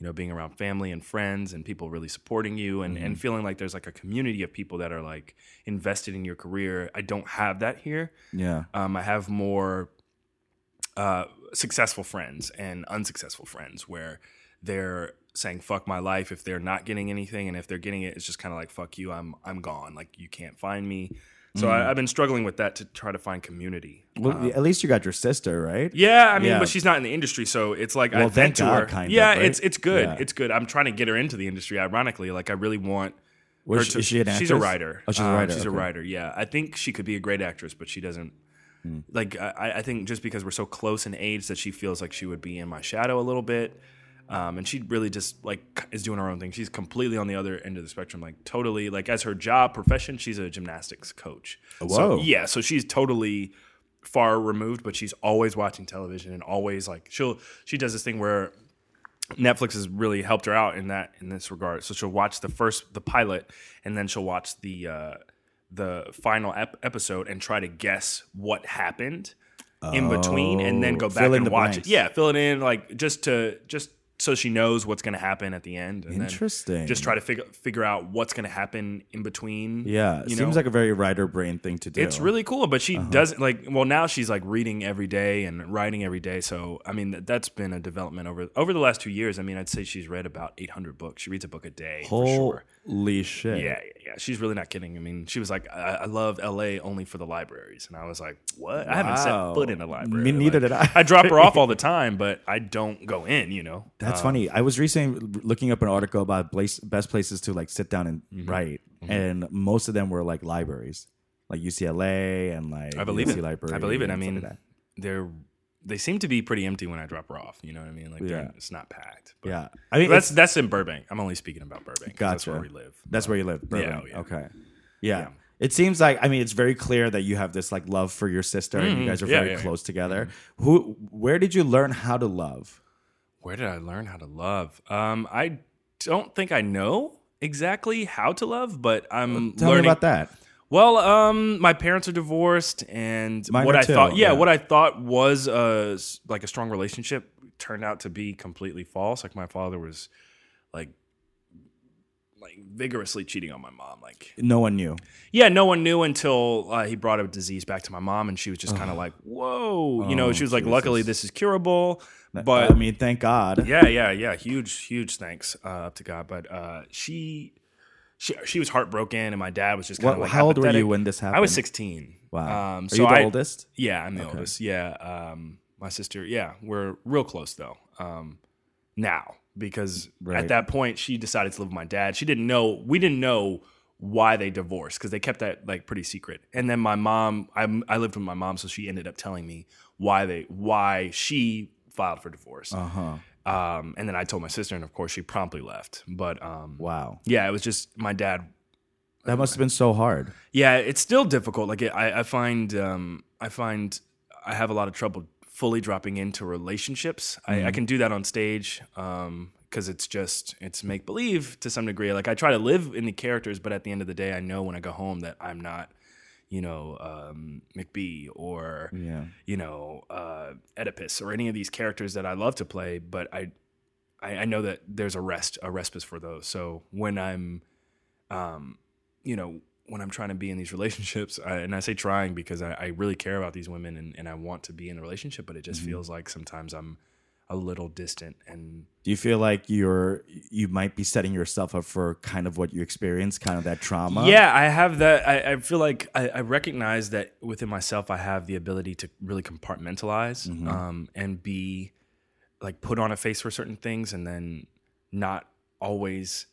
[SPEAKER 5] you know being around family and friends and people really supporting you and
[SPEAKER 1] Mm-hmm.
[SPEAKER 5] and feeling like there's like a community of people that are like invested in your career. I don't have that here.
[SPEAKER 1] Yeah.
[SPEAKER 5] Um, I have more uh, successful friends and unsuccessful friends where they're saying "fuck my life" if they're not getting anything, and if they're getting it, it's just kind of like "fuck you," I'm I'm gone. Like you can't find me. So I, I've been struggling with that to try to find community.
[SPEAKER 1] Mm. Well, at least you got your sister, right?
[SPEAKER 5] Um, Yeah, I mean,
[SPEAKER 1] Yeah.
[SPEAKER 5] but she's not in the industry, so it's like I
[SPEAKER 1] Well,
[SPEAKER 5] vent
[SPEAKER 1] thank
[SPEAKER 5] to
[SPEAKER 1] God,
[SPEAKER 5] her.
[SPEAKER 1] kind of,
[SPEAKER 5] yeah,
[SPEAKER 1] right?
[SPEAKER 5] it's it's good.
[SPEAKER 1] Yeah.
[SPEAKER 5] It's good. I'm trying to get her into the industry. Ironically, like I really want.
[SPEAKER 1] Well,
[SPEAKER 5] her
[SPEAKER 1] is
[SPEAKER 5] to-
[SPEAKER 1] is she an actress?
[SPEAKER 5] She's a writer.
[SPEAKER 1] Oh, she's a
[SPEAKER 5] Um,
[SPEAKER 1] writer.
[SPEAKER 5] she's a
[SPEAKER 1] okay.
[SPEAKER 5] writer. Yeah, I think she could be a great actress, but she doesn't.
[SPEAKER 1] Hmm.
[SPEAKER 5] Like I, I think just because we're so close in age that she feels like she would be in my shadow a little bit, um, and she really just like is doing her own thing. She's completely on the other end of the spectrum, like totally like as her job profession, she's a gymnastics coach.
[SPEAKER 1] Oh, Whoa.
[SPEAKER 5] So, yeah, so she's totally far removed, but she's always watching television and always like she'll she does this thing where Netflix has really helped her out in that in this regard. So she'll watch the first the pilot, and then she'll watch the uh, the final ep- episode and try to guess what happened in between, and then go
[SPEAKER 1] Oh,
[SPEAKER 5] back
[SPEAKER 1] fill in
[SPEAKER 5] and
[SPEAKER 1] the
[SPEAKER 5] watch
[SPEAKER 1] blanks.
[SPEAKER 5] it. Yeah, fill it in like just to just so she knows what's going to happen at the end. And then
[SPEAKER 1] Interesting.
[SPEAKER 5] just try to figure figure out what's going to happen in between.
[SPEAKER 1] Yeah.
[SPEAKER 5] you
[SPEAKER 1] Seems
[SPEAKER 5] know?
[SPEAKER 1] like a very writer brain thing to do.
[SPEAKER 5] It's really cool, but she
[SPEAKER 1] Uh-huh.
[SPEAKER 5] doesn't like. Well, now she's like reading every day and writing every day. So I mean, that, that's been a development over over the last two years. I mean, I'd say she's read about eight hundred books. She reads a book a day for
[SPEAKER 1] Holy
[SPEAKER 5] sure.
[SPEAKER 1] shit.
[SPEAKER 5] Yeah, yeah, yeah. She's really not kidding. I mean, she was like, I, "I love L.A. only for the libraries," and I was like, "What? I haven't
[SPEAKER 1] Wow.
[SPEAKER 5] set foot in a library.
[SPEAKER 1] Me neither
[SPEAKER 5] Like,
[SPEAKER 1] did I.
[SPEAKER 5] I drop her off all the time, but I don't go in. You know,
[SPEAKER 1] That's funny. I was recently looking up an article about place, best places to like sit down and
[SPEAKER 5] Mm-hmm.
[SPEAKER 1] write, and most of them were like libraries, like UCLA and like
[SPEAKER 5] I believe
[SPEAKER 1] UC
[SPEAKER 5] it.
[SPEAKER 1] Library.
[SPEAKER 5] I believe it. I
[SPEAKER 1] and stuff
[SPEAKER 5] mean,
[SPEAKER 1] like that.
[SPEAKER 5] they're they seem to be pretty empty when I drop her off. You know what I mean? Like, they're-
[SPEAKER 1] Yeah.
[SPEAKER 5] it's not packed. But
[SPEAKER 1] yeah. I mean,
[SPEAKER 5] that's
[SPEAKER 1] that's
[SPEAKER 5] that's in Burbank. I'm only speaking about Burbank. 'cause That's
[SPEAKER 1] Gotcha.
[SPEAKER 5] where we live.
[SPEAKER 1] that's where you live. Burbank.
[SPEAKER 5] yeah.
[SPEAKER 1] Okay. Yeah.
[SPEAKER 5] Yeah.
[SPEAKER 1] It seems like I mean it's very clear that you have this like love for your sister and you guys are
[SPEAKER 5] Mm, Yeah,
[SPEAKER 1] very
[SPEAKER 5] yeah, Mm-hmm. yeah.
[SPEAKER 1] close together. Who where did you learn how to love?
[SPEAKER 5] Where did I learn how to love? Um, I don't think I know exactly how to love, but I'm
[SPEAKER 1] Tell
[SPEAKER 5] learning
[SPEAKER 1] me about that.
[SPEAKER 5] Well, um, my parents are divorced, and
[SPEAKER 1] Mine
[SPEAKER 5] what
[SPEAKER 1] are
[SPEAKER 5] I
[SPEAKER 1] too,
[SPEAKER 5] thought,
[SPEAKER 1] yeah.
[SPEAKER 5] yeah, what I thought was a s- like a strong relationship turned out to be completely false. Like my father was like like vigorously cheating on my mom, like
[SPEAKER 1] No one knew.
[SPEAKER 5] Yeah, no one knew until uh, he brought a disease back to my mom, and she was just kind of like, "Whoa," you know.
[SPEAKER 1] Uh-huh. Oh,
[SPEAKER 5] She was like, "Luckily, this is curable," but
[SPEAKER 1] I mean, thank God.
[SPEAKER 5] yeah, yeah, yeah, huge, huge thanks uh, up to God. But uh, she, she, she was heartbroken, and my dad was just kind
[SPEAKER 1] What,
[SPEAKER 5] of like,
[SPEAKER 1] how old were
[SPEAKER 5] apathetic.
[SPEAKER 1] you when this happened?
[SPEAKER 5] I was sixteen.
[SPEAKER 1] Wow.
[SPEAKER 5] Um,
[SPEAKER 1] Are
[SPEAKER 5] so
[SPEAKER 1] you the
[SPEAKER 5] I-
[SPEAKER 1] oldest?
[SPEAKER 5] Yeah, I'm the oldest. Yeah, um, my sister. Yeah, we're real close though. Um, now because
[SPEAKER 1] Right.
[SPEAKER 5] at that point she decided to live with my dad. She didn't know. We didn't know why they divorced because they kept that like pretty secret. And then my mom, I, I lived with my mom, so she ended up telling me why they why she filed for divorce.
[SPEAKER 1] Uh huh.
[SPEAKER 5] Um, and then I told my sister, and of course she promptly left. But um,
[SPEAKER 1] Wow.
[SPEAKER 5] yeah, it was just my dad
[SPEAKER 1] That must have been so hard.
[SPEAKER 5] yeah, it's still difficult. Like it, I, I find, um, I find I have a lot of trouble fully dropping into relationships. I, I can do that on stage because it's just it's make believe to some degree. Like I try to live in the characters, but at the end of the day, I know when I go home that I'm not, you know, um, McBee or
[SPEAKER 1] Yeah.
[SPEAKER 5] you know uh, Oedipus or any of these characters that I love to play, but I, I I know that there's a rest a respite for those. So when I'm, um, you know, when I'm trying to be in these relationships, I, and I say trying because I, I really care about these women and, and I want to be in a relationship, but it just feels like sometimes I'm a little distant and
[SPEAKER 1] Do you feel like you're you might be setting yourself up for kind of what you experienced, kind of that trauma?
[SPEAKER 5] Yeah, I have that. I, I feel like I, I recognize that within myself, I have the ability to really compartmentalize um, and be like put on a face for certain things, and then not always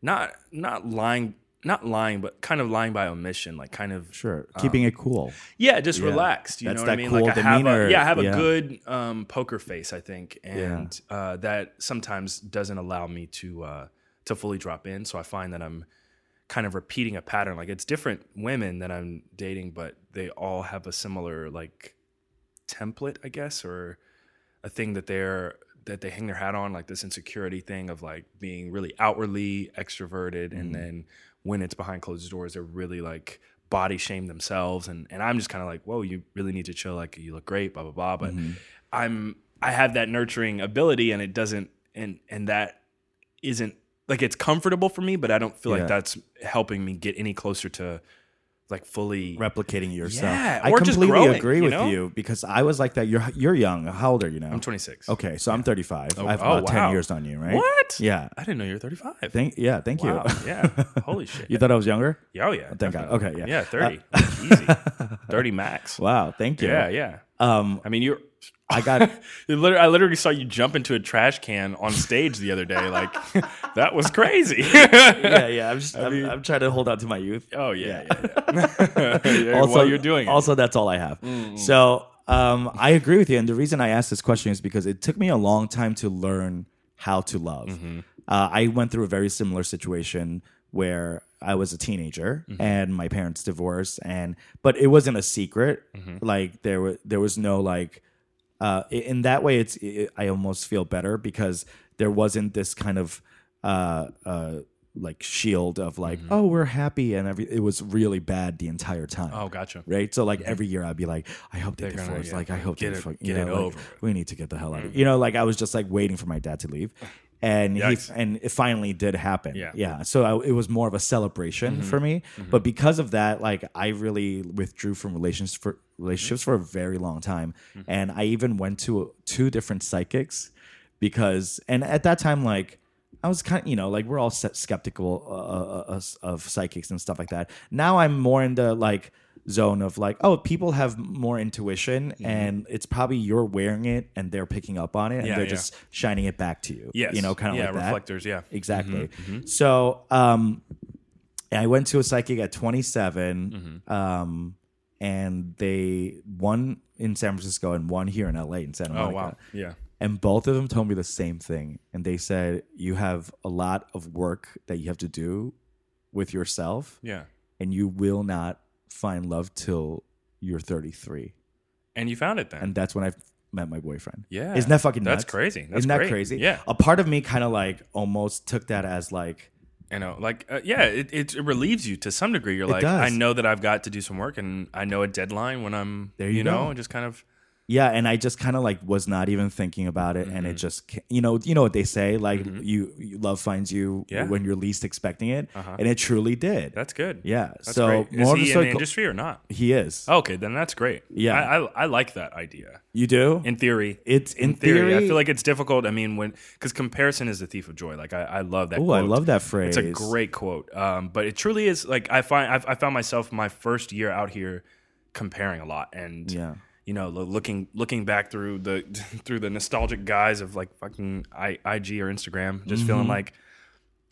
[SPEAKER 5] not not lying, not lying, but kind of lying by omission, like kind of
[SPEAKER 1] Sure. Keeping it cool.
[SPEAKER 5] yeah, just relaxed. You
[SPEAKER 1] That's
[SPEAKER 5] know what I
[SPEAKER 1] that
[SPEAKER 5] mean?
[SPEAKER 1] cool
[SPEAKER 5] like I have
[SPEAKER 1] demeanor.
[SPEAKER 5] a, yeah, I have
[SPEAKER 1] Yeah.
[SPEAKER 5] a good um, poker face, I think, and uh, that sometimes doesn't allow me to uh, to fully drop in. So I find that I'm kind of repeating a pattern. Like it's different women that I'm dating, but they all have a similar like template, I guess, or a thing that they're that they hang their hat on, like this insecurity thing of like being really outwardly extroverted,
[SPEAKER 1] Mm.
[SPEAKER 5] and then when it's behind closed doors, they're really like body shame themselves, and and I'm just kind of like, whoa, you really need to chill, like you look great, blah blah blah,
[SPEAKER 1] Mm-hmm.
[SPEAKER 5] but I'm I have that nurturing ability, and it doesn't, and and that isn't like it's comfortable for me, but I don't feel
[SPEAKER 1] Yeah.
[SPEAKER 5] like that's helping me get any closer to like fully
[SPEAKER 1] Replicating yourself.
[SPEAKER 5] Yeah,
[SPEAKER 1] I
[SPEAKER 5] or just
[SPEAKER 1] completely
[SPEAKER 5] growing,
[SPEAKER 1] agree
[SPEAKER 5] you
[SPEAKER 1] with
[SPEAKER 5] know?
[SPEAKER 1] you because I was like that. You're you're young. How old are you now?
[SPEAKER 5] I'm 26.
[SPEAKER 1] Okay, so I'm 35. I have
[SPEAKER 5] oh,
[SPEAKER 1] about 10
[SPEAKER 5] wow.
[SPEAKER 1] years on you, right?
[SPEAKER 5] What?
[SPEAKER 1] Yeah.
[SPEAKER 5] I didn't know you were 35.
[SPEAKER 1] Thank yeah, thank
[SPEAKER 5] wow.
[SPEAKER 1] you.
[SPEAKER 5] yeah. Holy shit.
[SPEAKER 1] You thought I was younger?
[SPEAKER 5] Yeah, oh yeah.
[SPEAKER 1] Thank God.
[SPEAKER 5] definitely.
[SPEAKER 1] Okay, yeah. Uh,
[SPEAKER 5] Yeah, 30. Easy. 30 max.
[SPEAKER 1] Wow, thank you.
[SPEAKER 5] Yeah, yeah.
[SPEAKER 1] Um
[SPEAKER 5] I mean, you're.
[SPEAKER 1] I got
[SPEAKER 5] you liter- I literally saw you jump into a trash can on stage the other day. Like, that was crazy.
[SPEAKER 1] Yeah, yeah. I'm just I'm, I'm trying to hold on to my youth.
[SPEAKER 5] Oh, yeah. yeah. yeah, Yeah, while you're doing it. Mm-hmm.
[SPEAKER 1] Also, that's all I have. So um, I agree with you, and the reason I asked this question is because it took me a long time to learn how to love.
[SPEAKER 5] Mm-hmm.
[SPEAKER 1] Uh, I went through a very similar situation where I was a teenager
[SPEAKER 5] Mm-hmm.
[SPEAKER 1] and my parents divorced, and but it wasn't a secret.
[SPEAKER 5] Mm-hmm.
[SPEAKER 1] Like there was there was no like uh, i- in that way, it's i I almost feel better because there wasn't this kind of uh, uh, like shield of like,
[SPEAKER 5] Mm-hmm.
[SPEAKER 1] oh, we're happy, and every it was really bad the entire time.
[SPEAKER 5] oh, gotcha.
[SPEAKER 1] Right, so like every year I'd be like, I hope they
[SPEAKER 5] They're gonna,
[SPEAKER 1] divorce.
[SPEAKER 5] yeah,
[SPEAKER 1] like I hope
[SPEAKER 5] get
[SPEAKER 1] they
[SPEAKER 5] it-
[SPEAKER 1] fuck- you
[SPEAKER 5] get it
[SPEAKER 1] know, like,
[SPEAKER 5] over with. Mm-hmm.
[SPEAKER 1] We need to get the hell out of you know. Like I was just like waiting for my dad to leave, and he
[SPEAKER 5] Yikes.
[SPEAKER 1] and it finally did happen.
[SPEAKER 5] Yeah. Mm-hmm.
[SPEAKER 1] yeah. So I, it was more of a celebration for me, but because of that, like I really withdrew from relations for relationships for a very long time,
[SPEAKER 5] Mm-hmm.
[SPEAKER 1] and I even went to two different psychics because, and at that time, like I was kind of, you know, like we're all se- skeptical uh, uh, uh, of psychics and stuff like that. Now I'm more in the like zone of like, oh, people have more intuition
[SPEAKER 5] Mm-hmm.
[SPEAKER 1] and it's probably you're wearing it and they're picking up on it and
[SPEAKER 5] Yeah,
[SPEAKER 1] they're
[SPEAKER 5] yeah.
[SPEAKER 1] just shining it back to you.
[SPEAKER 5] Yes.
[SPEAKER 1] You know, kind of
[SPEAKER 5] yeah,
[SPEAKER 1] like that.
[SPEAKER 5] reflectors. Yeah.
[SPEAKER 1] Exactly.
[SPEAKER 5] Mm-hmm,
[SPEAKER 1] So, um, and I went to a psychic at 27,
[SPEAKER 5] Mm-hmm.
[SPEAKER 1] um, and they one in San Francisco and one here in LA in Santa
[SPEAKER 5] Oh,
[SPEAKER 1] Monica
[SPEAKER 5] wow. Yeah.
[SPEAKER 1] and both of them told me the same thing and they said you have a lot of work that you have to do with yourself
[SPEAKER 5] Yeah.
[SPEAKER 1] and you will not find love till you're 33
[SPEAKER 5] And you found it then.
[SPEAKER 1] and that's when i met my boyfriend
[SPEAKER 5] Yeah.
[SPEAKER 1] isn't that fucking
[SPEAKER 5] That's
[SPEAKER 1] nuts?
[SPEAKER 5] crazy. That's
[SPEAKER 1] isn't that
[SPEAKER 5] great.
[SPEAKER 1] crazy
[SPEAKER 5] Yeah.
[SPEAKER 1] a part of me kind of like almost took that as like
[SPEAKER 5] You know, like uh, yeah, it, it it relieves you to some degree. You're like,
[SPEAKER 1] does.
[SPEAKER 5] I know that I've got to do some work, and I know a deadline when I'm
[SPEAKER 1] There you
[SPEAKER 5] know,
[SPEAKER 1] go.
[SPEAKER 5] and just kind of
[SPEAKER 1] yeah and i just kind of like was not even thinking about it
[SPEAKER 5] Mm-hmm.
[SPEAKER 1] and it just ca- you know you know what they say like you, you love finds you
[SPEAKER 5] Yeah. Uh-huh.
[SPEAKER 1] when you're least expecting it and it truly did
[SPEAKER 5] that's good.
[SPEAKER 1] yeah
[SPEAKER 5] that's
[SPEAKER 1] so
[SPEAKER 5] great. is
[SPEAKER 1] more of the
[SPEAKER 5] he Oh, in the
[SPEAKER 1] circle-
[SPEAKER 5] industry or not?
[SPEAKER 1] He is.
[SPEAKER 5] Okay, then that's great.
[SPEAKER 1] Yeah.
[SPEAKER 5] I, I I like that idea.
[SPEAKER 1] You do?
[SPEAKER 5] In theory,
[SPEAKER 1] it's in,
[SPEAKER 5] theory, I feel like it's difficult. I mean, when because comparison is the thief of joy. Like I, I love that.
[SPEAKER 1] Ooh, I
[SPEAKER 5] quote.
[SPEAKER 1] love that phrase.
[SPEAKER 5] It's a great quote. Um, but it truly is like I find I've, I found myself my first year out here comparing a lot and
[SPEAKER 1] Yeah.
[SPEAKER 5] you know lo- looking looking back through the through the nostalgic guise of like fucking I, IG or Instagram, just feeling like. What,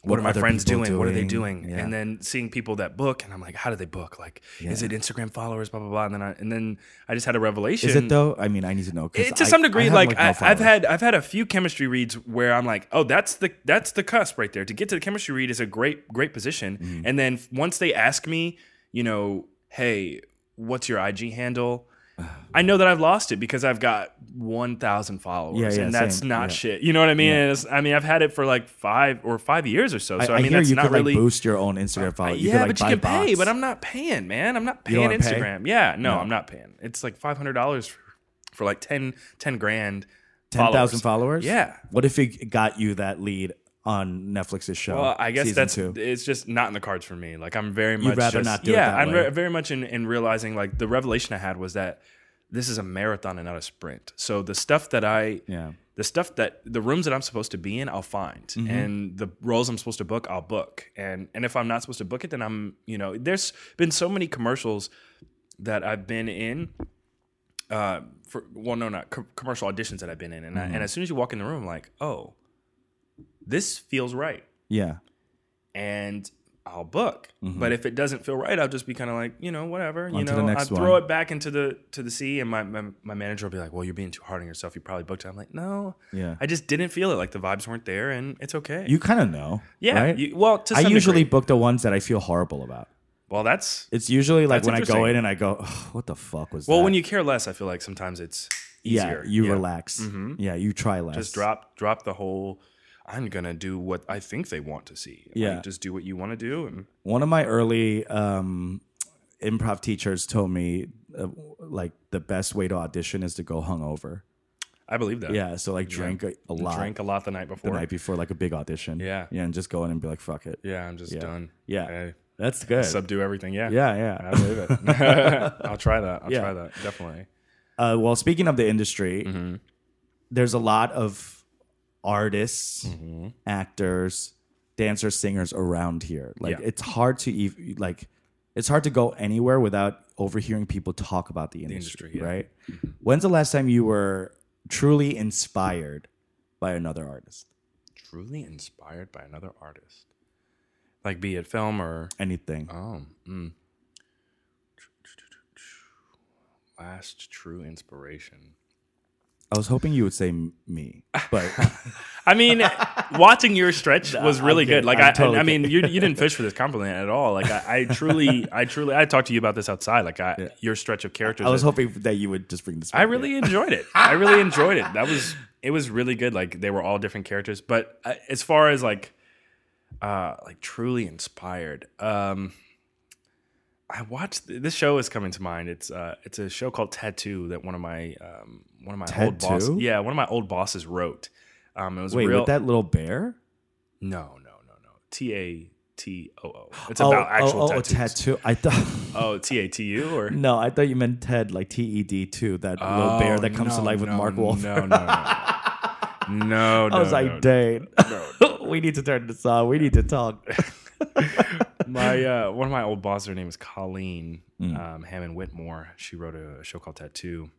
[SPEAKER 1] Mm-hmm. What
[SPEAKER 5] are my
[SPEAKER 1] other
[SPEAKER 5] friends
[SPEAKER 1] people
[SPEAKER 5] doing? What are they
[SPEAKER 1] doing?
[SPEAKER 5] doing?
[SPEAKER 1] Yeah.
[SPEAKER 5] And then seeing people that book, and I'm like, how do they book? Like, is it Instagram followers? Blah blah blah. And then I, and then I just had a revelation.
[SPEAKER 1] Is it though? I mean, I need to know. 'cause
[SPEAKER 5] It- Eh, to
[SPEAKER 1] I-
[SPEAKER 5] some degree,
[SPEAKER 1] I have,
[SPEAKER 5] like,
[SPEAKER 1] no
[SPEAKER 5] I, I've
[SPEAKER 1] followers.
[SPEAKER 5] had, I've had a few chemistry reads where I'm like, oh, that's the that's the cusp right there. To get to the chemistry read is a great great position.
[SPEAKER 1] Mm-hmm.
[SPEAKER 5] And then f- once they ask me, you know, hey, what's your IG handle? I know that I've lost it because I've got 1,000 followers,
[SPEAKER 1] Yeah, yeah,
[SPEAKER 5] and that's
[SPEAKER 1] same.
[SPEAKER 5] not
[SPEAKER 1] Yeah.
[SPEAKER 5] shit. You know what I mean? And it's, I mean, I've had it for like five or five years or so.
[SPEAKER 1] I,
[SPEAKER 5] So
[SPEAKER 1] I
[SPEAKER 5] I, mean,
[SPEAKER 1] hear
[SPEAKER 5] that's
[SPEAKER 1] you
[SPEAKER 5] not
[SPEAKER 1] could
[SPEAKER 5] really. Uh,
[SPEAKER 1] like boost your own Instagram following.
[SPEAKER 5] yeah,
[SPEAKER 1] could, like,
[SPEAKER 5] but you can
[SPEAKER 1] buy bots.
[SPEAKER 5] pay. But I'm not paying, man. I'm not
[SPEAKER 1] You don't
[SPEAKER 5] paying
[SPEAKER 1] wanna pay?
[SPEAKER 5] Instagram. Yeah, no,
[SPEAKER 1] No.
[SPEAKER 5] I'm not paying. It's like five hundred dollars for, for like 10, 10 grand,
[SPEAKER 1] ten thousand followers.
[SPEAKER 5] followers. Yeah.
[SPEAKER 1] What if it got you that lead on Netflix's show.
[SPEAKER 5] Well, I guess
[SPEAKER 1] season
[SPEAKER 5] that's
[SPEAKER 1] two.
[SPEAKER 5] it's just not in the cards for me. Like I'm very much
[SPEAKER 1] rather
[SPEAKER 5] just-
[SPEAKER 1] not do it
[SPEAKER 5] yeah,
[SPEAKER 1] that
[SPEAKER 5] I'm
[SPEAKER 1] way.
[SPEAKER 5] re- very much in, in realizing like the revelation I had was that this is a marathon and not a sprint. So the stuff that I
[SPEAKER 1] Yeah.
[SPEAKER 5] the stuff that the rooms that I'm supposed to be in, I'll find, and the roles I'm supposed to book, I'll book, and and if I'm not supposed to book it, then I'm you know there's been so many commercials that I've been in uh, for well, no, not co- commercial auditions that I've been in, and I, and as soon as you walk in the room, I'm like, oh, this feels right,
[SPEAKER 1] Yeah.
[SPEAKER 5] and I'll book. But if it doesn't feel right, I'll just be kind of like, you know, whatever.
[SPEAKER 1] On
[SPEAKER 5] you
[SPEAKER 1] to
[SPEAKER 5] know,
[SPEAKER 1] Mm-hmm. the next
[SPEAKER 5] I throw
[SPEAKER 1] one.
[SPEAKER 5] it back into the to the sea, and my, my my manager will be like, well, you're being too hard on yourself. You probably booked it. I'm like, no,
[SPEAKER 1] Yeah.
[SPEAKER 5] I just didn't feel it. Like the vibes weren't there, and it's okay.
[SPEAKER 1] You kind of know.
[SPEAKER 5] yeah.
[SPEAKER 1] right?
[SPEAKER 5] You, well, to
[SPEAKER 1] I
[SPEAKER 5] some
[SPEAKER 1] usually
[SPEAKER 5] degree.
[SPEAKER 1] book the ones that I feel horrible about.
[SPEAKER 5] well, that's
[SPEAKER 1] It's usually like
[SPEAKER 5] That's
[SPEAKER 1] when I go
[SPEAKER 5] interesting.
[SPEAKER 1] in and I go, "Ugh, what the fuck was
[SPEAKER 5] well.
[SPEAKER 1] that?
[SPEAKER 5] When you care less, I feel like sometimes it's
[SPEAKER 1] yeah,
[SPEAKER 5] easier. Mm-hmm.
[SPEAKER 1] you relax. Yeah, you try less.
[SPEAKER 5] Just drop drop the whole. I'm gonna do what I think they want to see. Like,
[SPEAKER 1] Yeah.
[SPEAKER 5] just do what you want to do, and
[SPEAKER 1] One of my early um, improv teachers told me uh, like the best way to audition is to go hungover.
[SPEAKER 5] I believe that.
[SPEAKER 1] Yeah, so like drink a, a lot
[SPEAKER 5] drank a lot the night before.
[SPEAKER 1] the night before like a big audition.
[SPEAKER 5] Yeah.
[SPEAKER 1] yeah, and just go in and be like, fuck it.
[SPEAKER 5] yeah, I'm just done.
[SPEAKER 1] Yeah,
[SPEAKER 5] Okay.
[SPEAKER 1] that's good.
[SPEAKER 5] subdue everything. Yeah.
[SPEAKER 1] yeah, yeah.
[SPEAKER 5] I believe it. I'll try that. I'll
[SPEAKER 1] Yeah.
[SPEAKER 5] try that. Definitely.
[SPEAKER 1] Uh, well, speaking of the industry,
[SPEAKER 5] Mm-hmm.
[SPEAKER 1] there's a lot of artists,
[SPEAKER 5] Mm-hmm.
[SPEAKER 1] actors, dancers, singers around here. Like
[SPEAKER 5] Yeah.
[SPEAKER 1] it's hard to ev- like it's hard to go anywhere without overhearing people talk about the industry,
[SPEAKER 5] industry, yeah. Mm-hmm.
[SPEAKER 1] right? When's the last time you were truly inspired by another artist?
[SPEAKER 5] Truly inspired by another artist. Like be it film or
[SPEAKER 1] Anything?
[SPEAKER 5] oh mm. last true inspiration.
[SPEAKER 1] I was hoping you would say m- me, but
[SPEAKER 5] I mean, watching your stretch was really
[SPEAKER 1] I'm
[SPEAKER 5] good.
[SPEAKER 1] kidding.
[SPEAKER 5] Like
[SPEAKER 1] I'm
[SPEAKER 5] I,
[SPEAKER 1] totally
[SPEAKER 5] I mean, you, you didn't fish for this compliment at all. Like I, I truly, I truly, I talked to you about this outside. Like I, your stretch of characters.
[SPEAKER 1] I was
[SPEAKER 5] that-
[SPEAKER 1] hoping that you would just bring this.
[SPEAKER 5] I
[SPEAKER 1] back
[SPEAKER 5] really enjoyed it. I really enjoyed it. That was it was really good. Like they were all different characters, but uh, as far as like uh like truly inspired. Um I watched this show is coming to mind. It's uh it's a show called Tattoo that one of my um one of my old bosses
[SPEAKER 1] Tattoo?
[SPEAKER 5] yeah, one of my old bosses wrote. Um it was
[SPEAKER 1] in. Wait,
[SPEAKER 5] real
[SPEAKER 1] with that little bear?
[SPEAKER 5] No, no, no, no. T A T O O. It's
[SPEAKER 1] Oh,
[SPEAKER 5] about actual
[SPEAKER 1] oh, oh,
[SPEAKER 5] tattoos.
[SPEAKER 1] tattoo. I thought.
[SPEAKER 5] Oh, T A T U or
[SPEAKER 1] No, I thought you meant Ted, like T E D two, that little bear that comes to
[SPEAKER 5] Oh, no,
[SPEAKER 1] life with
[SPEAKER 5] no,
[SPEAKER 1] Mark Wolf.
[SPEAKER 5] No, no, no. No, no.
[SPEAKER 1] I was
[SPEAKER 5] no,
[SPEAKER 1] like,
[SPEAKER 5] no.
[SPEAKER 1] dang, we need to turn this on. We need to talk.
[SPEAKER 5] my uh, one of my old bosses, her name is Colleen
[SPEAKER 1] Mm.
[SPEAKER 5] um, Hammond Whitmore. She wrote a show called Tattoo,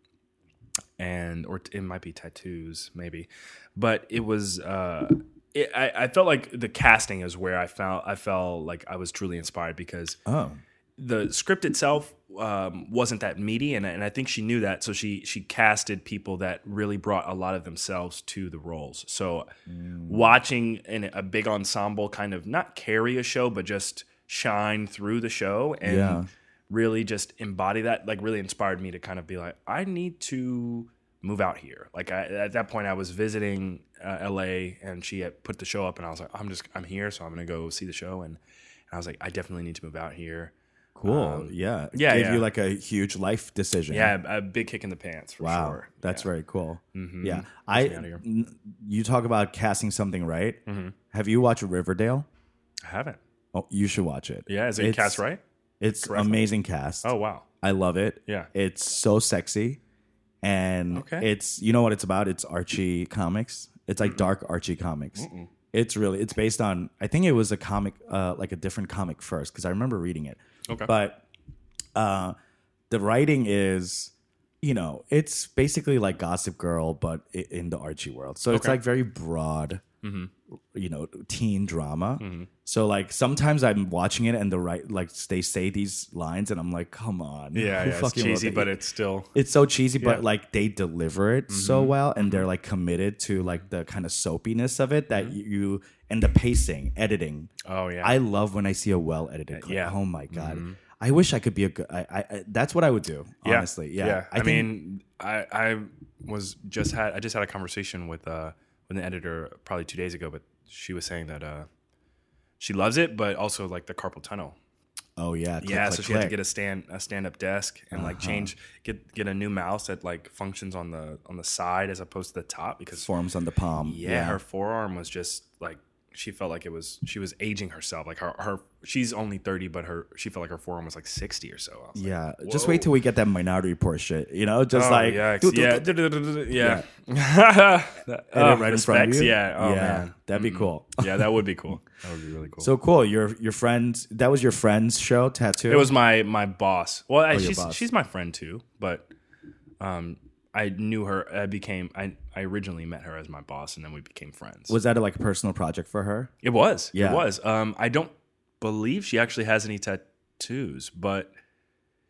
[SPEAKER 5] and or it might be tattoos, maybe, but it was. Uh, it, I, I felt like the casting is where I found I felt like I was truly inspired because
[SPEAKER 1] Oh,
[SPEAKER 5] the script itself um, wasn't that meaty, and, and I think she knew that, so she she casted people that really brought a lot of themselves to the roles. So watching in a big ensemble kind of not carry a show, but just shine through the show and
[SPEAKER 1] Yeah.
[SPEAKER 5] really just embody that, like really inspired me to kind of be like, I need to move out here. Like I, at that point, I was visiting uh, LA, and she had put the show up, and I was like, I'm just I'm here, so I'm gonna go see the show, and, and I was like, I definitely need to move out here.
[SPEAKER 1] cool.
[SPEAKER 5] Um,
[SPEAKER 1] yeah, It
[SPEAKER 5] yeah,
[SPEAKER 1] Gave
[SPEAKER 5] yeah.
[SPEAKER 1] you like a huge life decision.
[SPEAKER 5] Yeah, a a big kick in the pants for
[SPEAKER 1] Wow,
[SPEAKER 5] sure.
[SPEAKER 1] that's
[SPEAKER 5] yeah.
[SPEAKER 1] very cool.
[SPEAKER 5] Mhm.
[SPEAKER 1] Yeah, I.
[SPEAKER 5] me outta here.
[SPEAKER 1] n- you talk about casting something, right?
[SPEAKER 5] Mhm.
[SPEAKER 1] Have you watched Riverdale?
[SPEAKER 5] I haven't.
[SPEAKER 1] Oh, you should watch it.
[SPEAKER 5] Yeah, is it
[SPEAKER 1] It's-
[SPEAKER 5] cast right?
[SPEAKER 1] It's
[SPEAKER 5] Correctly.
[SPEAKER 1] amazing cast.
[SPEAKER 5] Oh wow.
[SPEAKER 1] I love it.
[SPEAKER 5] Yeah.
[SPEAKER 1] It's so sexy. And
[SPEAKER 5] Okay.
[SPEAKER 1] it's you know what it's about? It's Archie comics. It's like dark Archie comics. It's really it's based on I think it was a comic uh like a different comic first cuz I remember reading it.
[SPEAKER 5] Okay.
[SPEAKER 1] But uh the writing is you know, it's basically like Gossip Girl but i- in the Archie world. So it's
[SPEAKER 5] Okay. Mm-hmm.
[SPEAKER 1] like very broad you know teen drama so like sometimes i'm watching it and the right like they say these lines and i'm like come on
[SPEAKER 5] Yeah,
[SPEAKER 1] who
[SPEAKER 5] yeah. It's
[SPEAKER 1] fucking wrote
[SPEAKER 5] cheesy,
[SPEAKER 1] that?
[SPEAKER 5] but it's still
[SPEAKER 1] it's so cheesy but
[SPEAKER 5] Yeah. Mm-hmm.
[SPEAKER 1] like they deliver it so well and they're like committed to like the kind of soapiness of it that you and the pacing editing
[SPEAKER 5] Mm-hmm. Oh yeah. Uh,
[SPEAKER 1] i love when i see a well edited clip
[SPEAKER 5] yeah. Mm-hmm.
[SPEAKER 1] oh my god i wish i could be a good I, I, I that's what i would do
[SPEAKER 5] yeah.
[SPEAKER 1] honestly yeah,
[SPEAKER 5] I,
[SPEAKER 1] think-
[SPEAKER 5] mean, I I was just had I just had a conversation with uh with an editor probably two days ago, but she was saying that uh she loves it, but also like the carpal tunnel.
[SPEAKER 1] oh yeah click,
[SPEAKER 5] yeah,
[SPEAKER 1] click,
[SPEAKER 5] so she had to
[SPEAKER 1] click.
[SPEAKER 5] get a stand a stand up desk and
[SPEAKER 1] Uh-huh.
[SPEAKER 5] like change get get a new mouse that like functions on the on the side as opposed to the top because
[SPEAKER 1] forms on the palm
[SPEAKER 5] yeah, her forearm was just like she felt like it was she was aging herself. Like her her she's only thirty, but her she felt like her forearm was like sixty or so. I was like,
[SPEAKER 1] Yeah, just wait till we get that Minority Report shit. You know, just
[SPEAKER 5] Oh,
[SPEAKER 1] like
[SPEAKER 5] yikes.
[SPEAKER 1] dude, dude,
[SPEAKER 5] yeah,
[SPEAKER 1] dude,
[SPEAKER 5] yeah, yeah.
[SPEAKER 1] hit it
[SPEAKER 5] Oh,
[SPEAKER 1] right in front of
[SPEAKER 5] respects,
[SPEAKER 1] you.
[SPEAKER 5] Yeah, oh man,
[SPEAKER 1] that'd be cool.
[SPEAKER 5] yeah, that would be cool. That would be really cool.
[SPEAKER 1] So cool. Your your friends. That was your friend's show. Tattoo.
[SPEAKER 5] It was my my boss. Well, I, she's
[SPEAKER 1] Oh, boss.
[SPEAKER 5] she's my friend too, but um, I knew her. I became I I originally met her as my boss, and then we became friends.
[SPEAKER 1] Was that like a personal project for her?
[SPEAKER 5] it was
[SPEAKER 1] Yeah.
[SPEAKER 5] it was. Um, I don't believe she actually has any tattoos, but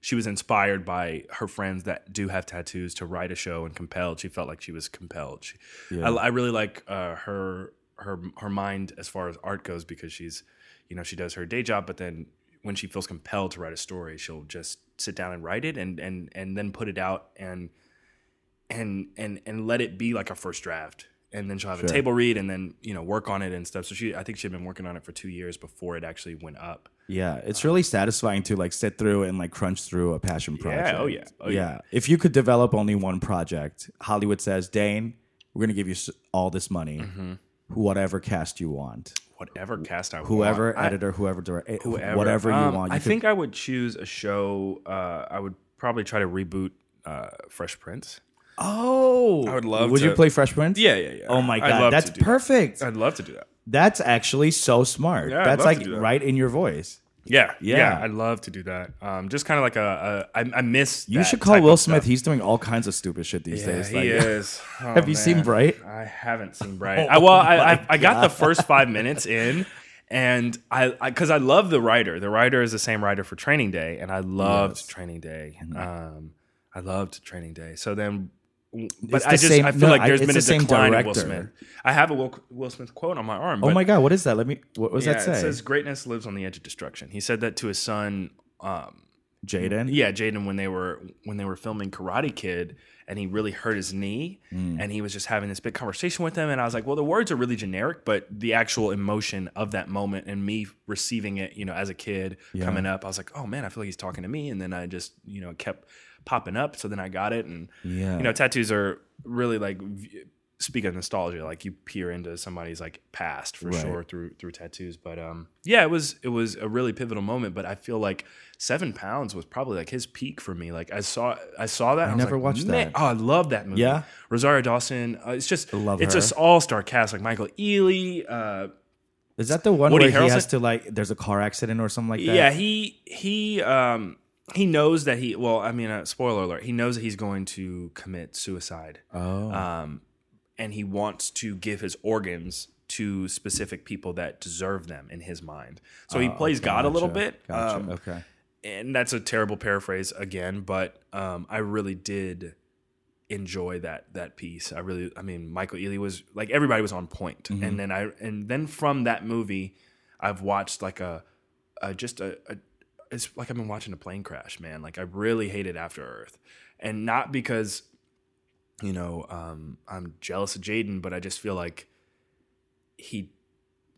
[SPEAKER 5] she was inspired by her friends that do have tattoos to write a show and compelled. She felt like she was compelled. She, I, I really like uh, her her her mind as far as art goes because she's you know she does her day job, but then when she feels compelled to write a story, she'll just sit down and write it and and and then put it out and and and and let it be like a first draft. And then she'll have a table read and then, you know, work on it and stuff. So she I think she had been working on it for two years before it actually went up.
[SPEAKER 1] Yeah, it's really satisfying to like sit through and like crunch through a passion project.
[SPEAKER 5] oh yeah, oh
[SPEAKER 1] yeah.
[SPEAKER 5] yeah.
[SPEAKER 1] If you could develop only one project, Hollywood says, Dane, we're gonna give you s- all this money,
[SPEAKER 5] Mm-hmm.
[SPEAKER 1] whatever cast you want,
[SPEAKER 5] Whatever cast I want.
[SPEAKER 1] whoever
[SPEAKER 5] I-
[SPEAKER 1] editor, whoever director,
[SPEAKER 5] whoever.
[SPEAKER 1] whatever you
[SPEAKER 5] Um,
[SPEAKER 1] want. You
[SPEAKER 5] I
[SPEAKER 1] could-
[SPEAKER 5] think I would choose a show. Uh, I would probably try to reboot uh, Fresh Prince.
[SPEAKER 1] Oh,
[SPEAKER 5] I would love
[SPEAKER 1] Would
[SPEAKER 5] to-
[SPEAKER 1] you play Fresh Prince?
[SPEAKER 5] Yeah, yeah, yeah.
[SPEAKER 1] Oh my
[SPEAKER 5] I'd
[SPEAKER 1] god,
[SPEAKER 5] love
[SPEAKER 1] that's
[SPEAKER 5] to do that.
[SPEAKER 1] perfect.
[SPEAKER 5] I'd love to do that.
[SPEAKER 1] That's actually so smart.
[SPEAKER 5] Yeah, I'd
[SPEAKER 1] that's
[SPEAKER 5] love
[SPEAKER 1] like
[SPEAKER 5] to do that.
[SPEAKER 1] right in your voice.
[SPEAKER 5] Yeah, yeah,
[SPEAKER 1] Yeah.
[SPEAKER 5] I'd love to do that. Um, just kind of like a, a I, I miss.
[SPEAKER 1] You
[SPEAKER 5] that
[SPEAKER 1] should call
[SPEAKER 5] type
[SPEAKER 1] Will
[SPEAKER 5] of
[SPEAKER 1] Smith.
[SPEAKER 5] stuff.
[SPEAKER 1] He's doing all kinds of stupid shit these
[SPEAKER 5] yeah,
[SPEAKER 1] days.
[SPEAKER 5] he
[SPEAKER 1] like-
[SPEAKER 5] is. Oh,
[SPEAKER 1] Have you seen
[SPEAKER 5] man.
[SPEAKER 1] Bright?
[SPEAKER 5] I haven't seen Bright. I, well, I, I, I got the
[SPEAKER 1] Oh God.
[SPEAKER 5] first five minutes in, and I because I, love the writer. The writer is the same writer for Training Day, and I loved
[SPEAKER 1] Yes. Mm-hmm.
[SPEAKER 5] Training Day. Um, I loved Training Day. So then, but
[SPEAKER 1] It's
[SPEAKER 5] I
[SPEAKER 1] the
[SPEAKER 5] just
[SPEAKER 1] same-
[SPEAKER 5] I feel
[SPEAKER 1] no, I-
[SPEAKER 5] like there's
[SPEAKER 1] it's
[SPEAKER 5] been
[SPEAKER 1] the
[SPEAKER 5] a
[SPEAKER 1] same
[SPEAKER 5] decline in Will
[SPEAKER 1] director.
[SPEAKER 5] Smith. I have a Will, Will Smith quote on my arm.
[SPEAKER 1] Oh
[SPEAKER 5] but
[SPEAKER 1] my god, what is that? Let me. What does
[SPEAKER 5] yeah,
[SPEAKER 1] that say?
[SPEAKER 5] It says greatness lives on the edge of destruction. He said that to his son. Um,
[SPEAKER 1] Jaden.
[SPEAKER 5] yeah, Jaden when they were when they were filming Karate Kid and he really hurt his knee and he was just having this big conversation with him and I was like, well, the words are really generic, but the actual emotion of that moment and me receiving it, you know, as a kid coming up, I was like, oh man, I feel like he's talking to me, and then I just you know kept popping up, so then I got it, and
[SPEAKER 1] Yeah.
[SPEAKER 5] you know, tattoos are really like. v- Speak of nostalgia, like you peer into somebody's like past for
[SPEAKER 1] Right.
[SPEAKER 5] sure through through tattoos. But um, yeah, it was it was a really pivotal moment. But I feel like seven pounds was probably like his peak for me. Like I saw I saw that. I, was
[SPEAKER 1] never
[SPEAKER 5] like,
[SPEAKER 1] watched that."
[SPEAKER 5] "Man, Oh, I love that movie.
[SPEAKER 1] Yeah?
[SPEAKER 5] Rosario Dawson. Uh, it's just
[SPEAKER 1] Love
[SPEAKER 5] it's
[SPEAKER 1] her.
[SPEAKER 5] just all star cast like Michael Ealy. Uh,
[SPEAKER 1] Is that the one
[SPEAKER 5] Woody
[SPEAKER 1] where he has
[SPEAKER 5] Harrelson?
[SPEAKER 1] to like? There's a car accident or something like that.
[SPEAKER 5] yeah, he he um he knows that he. Well, I mean, uh, spoiler alert. He knows that he's going to commit suicide.
[SPEAKER 1] Oh.
[SPEAKER 5] um, and he wants to give his organs to specific people that deserve them in his mind. So he plays God a little
[SPEAKER 1] Oh, Gotcha,
[SPEAKER 5] bit.
[SPEAKER 1] Gotcha.
[SPEAKER 5] um,
[SPEAKER 1] okay.
[SPEAKER 5] And that's a terrible paraphrase again, but um, I really did enjoy that that piece. I really, I mean, Michael Ealy was like everybody was on point.
[SPEAKER 1] Mm-hmm.
[SPEAKER 5] And then I, and then from that movie, I've watched like a, a just a, a it's like I've been watching a plane crash, man. Like I really hated After Earth, and not because, you know, um, I'm jealous of Jaden, but I just feel like he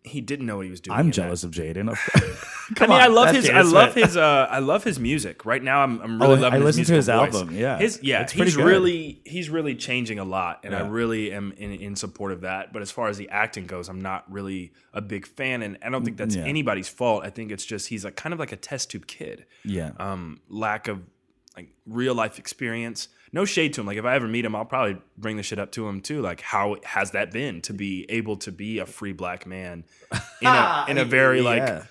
[SPEAKER 5] he didn't know what he was doing.
[SPEAKER 1] I'm
[SPEAKER 5] in
[SPEAKER 1] jealous
[SPEAKER 5] that.
[SPEAKER 1] of Jaden.
[SPEAKER 5] I mean, I
[SPEAKER 1] on,
[SPEAKER 5] love
[SPEAKER 1] that's
[SPEAKER 5] his.
[SPEAKER 1] the
[SPEAKER 5] I love
[SPEAKER 1] answer.
[SPEAKER 5] his. Uh, I love his music. Right now, I'm, I'm really
[SPEAKER 1] Oh, I
[SPEAKER 5] loving.
[SPEAKER 1] listened to
[SPEAKER 5] musical
[SPEAKER 1] his
[SPEAKER 5] voice.
[SPEAKER 1] album, yeah.
[SPEAKER 5] his yeah.
[SPEAKER 1] It's pretty
[SPEAKER 5] he's
[SPEAKER 1] good.
[SPEAKER 5] really he's really changing a lot, and I
[SPEAKER 1] Yeah.
[SPEAKER 5] really am in, in support of that. But as far as the acting goes, I'm not really a big fan, and I don't think that's
[SPEAKER 1] Yeah.
[SPEAKER 5] anybody's fault. I think it's just he's a kind of like a test tube kid
[SPEAKER 1] yeah.
[SPEAKER 5] um, lack of like real life experience. No shade to him. Like if I ever meet him, I'll probably bring the shit up to him too. Like how has that been to be able to be a free black man in a in a very like
[SPEAKER 1] Yeah.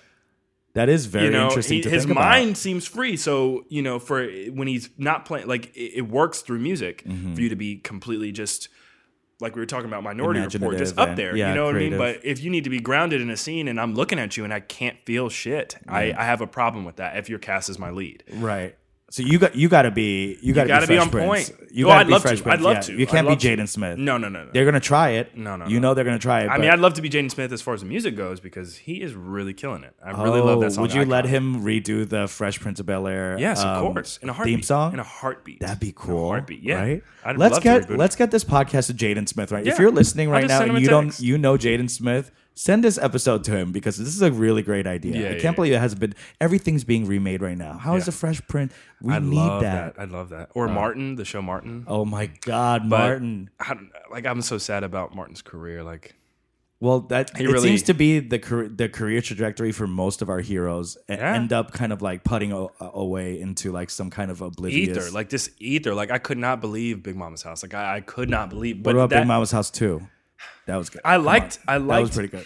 [SPEAKER 1] That is very
[SPEAKER 5] you know
[SPEAKER 1] interesting.
[SPEAKER 5] he-
[SPEAKER 1] to
[SPEAKER 5] his
[SPEAKER 1] think about.
[SPEAKER 5] mind seems free. So you know for when he's not playing, like it, it works through music
[SPEAKER 1] Mm-hmm.
[SPEAKER 5] for you to be completely just. Like we were talking about Minority Report, just
[SPEAKER 1] Imaginative
[SPEAKER 5] up
[SPEAKER 1] and-
[SPEAKER 5] there.
[SPEAKER 1] yeah,
[SPEAKER 5] you know what
[SPEAKER 1] creative.
[SPEAKER 5] I mean? But if you need to be grounded in a scene and I'm looking at you and I can't feel shit, I, I have a problem with that if your cast is my lead.
[SPEAKER 1] Right. So you got you got to be you got
[SPEAKER 5] gotta
[SPEAKER 1] be,
[SPEAKER 5] be
[SPEAKER 1] Fresh
[SPEAKER 5] on
[SPEAKER 1] Prince.
[SPEAKER 5] point.
[SPEAKER 1] You
[SPEAKER 5] Oh,
[SPEAKER 1] got
[SPEAKER 5] I'd
[SPEAKER 1] to be
[SPEAKER 5] love
[SPEAKER 1] Fresh
[SPEAKER 5] to.
[SPEAKER 1] Prince.
[SPEAKER 5] I'd love
[SPEAKER 1] yeah.
[SPEAKER 5] to.
[SPEAKER 1] You can't
[SPEAKER 5] I'd
[SPEAKER 1] be
[SPEAKER 5] love to.
[SPEAKER 1] Jaden Smith.
[SPEAKER 5] No, no, no, no.
[SPEAKER 1] They're gonna try it.
[SPEAKER 5] No, no,
[SPEAKER 1] You
[SPEAKER 5] no.
[SPEAKER 1] know they're gonna try it.
[SPEAKER 5] I
[SPEAKER 1] but-
[SPEAKER 5] mean, I'd love to be Jaden Smith as far as the music goes because he is really killing it. I really love
[SPEAKER 1] Oh,
[SPEAKER 5] that song.
[SPEAKER 1] Would you let
[SPEAKER 5] Icon.
[SPEAKER 1] him redo the Fresh Prince of Bel Air?
[SPEAKER 5] Yes, of
[SPEAKER 1] um,
[SPEAKER 5] course. In a heartbeat.
[SPEAKER 1] theme song.
[SPEAKER 5] In a heartbeat.
[SPEAKER 1] That'd be
[SPEAKER 5] In a
[SPEAKER 1] cool.
[SPEAKER 5] heartbeat. Yeah.
[SPEAKER 1] Right.
[SPEAKER 5] I'd
[SPEAKER 1] let's
[SPEAKER 5] love to
[SPEAKER 1] get
[SPEAKER 5] reboot it.
[SPEAKER 1] let's get this podcast to Jaden Smith. Right. If
[SPEAKER 5] Yeah.
[SPEAKER 1] you're listening
[SPEAKER 5] I'll
[SPEAKER 1] right
[SPEAKER 5] just
[SPEAKER 1] now
[SPEAKER 5] send him
[SPEAKER 1] and
[SPEAKER 5] a
[SPEAKER 1] you don't
[SPEAKER 5] text.
[SPEAKER 1] you know Jaden Smith, send this episode to him because this is a really great idea.
[SPEAKER 5] Yeah,
[SPEAKER 1] I
[SPEAKER 5] yeah,
[SPEAKER 1] can't
[SPEAKER 5] yeah.
[SPEAKER 1] believe it hasn't been. Everything's being remade right now. How is
[SPEAKER 5] Yeah.
[SPEAKER 1] the Fresh Prince? We
[SPEAKER 5] I
[SPEAKER 1] need
[SPEAKER 5] love
[SPEAKER 1] that. Uh,
[SPEAKER 5] that. I love that. Or Martin, the show Martin.
[SPEAKER 1] Oh my God,
[SPEAKER 5] But
[SPEAKER 1] Martin.
[SPEAKER 5] I don't, like I'm so sad about Martin's career. Like
[SPEAKER 1] Well, that
[SPEAKER 5] He
[SPEAKER 1] it
[SPEAKER 5] really-
[SPEAKER 1] seems to be the car- the career trajectory for most of our heroes and
[SPEAKER 5] Yeah.
[SPEAKER 1] end up kind of like putting a- away into like some kind of oblivious.
[SPEAKER 5] ether, like just ether. Like I could not believe Big Mama's house. Like I, I could not believe.
[SPEAKER 1] what
[SPEAKER 5] But
[SPEAKER 1] about
[SPEAKER 5] that,
[SPEAKER 1] Big Mama's House too? That was good.
[SPEAKER 5] I
[SPEAKER 1] Come on.
[SPEAKER 5] liked- I
[SPEAKER 1] That was
[SPEAKER 5] liked-
[SPEAKER 1] pretty good.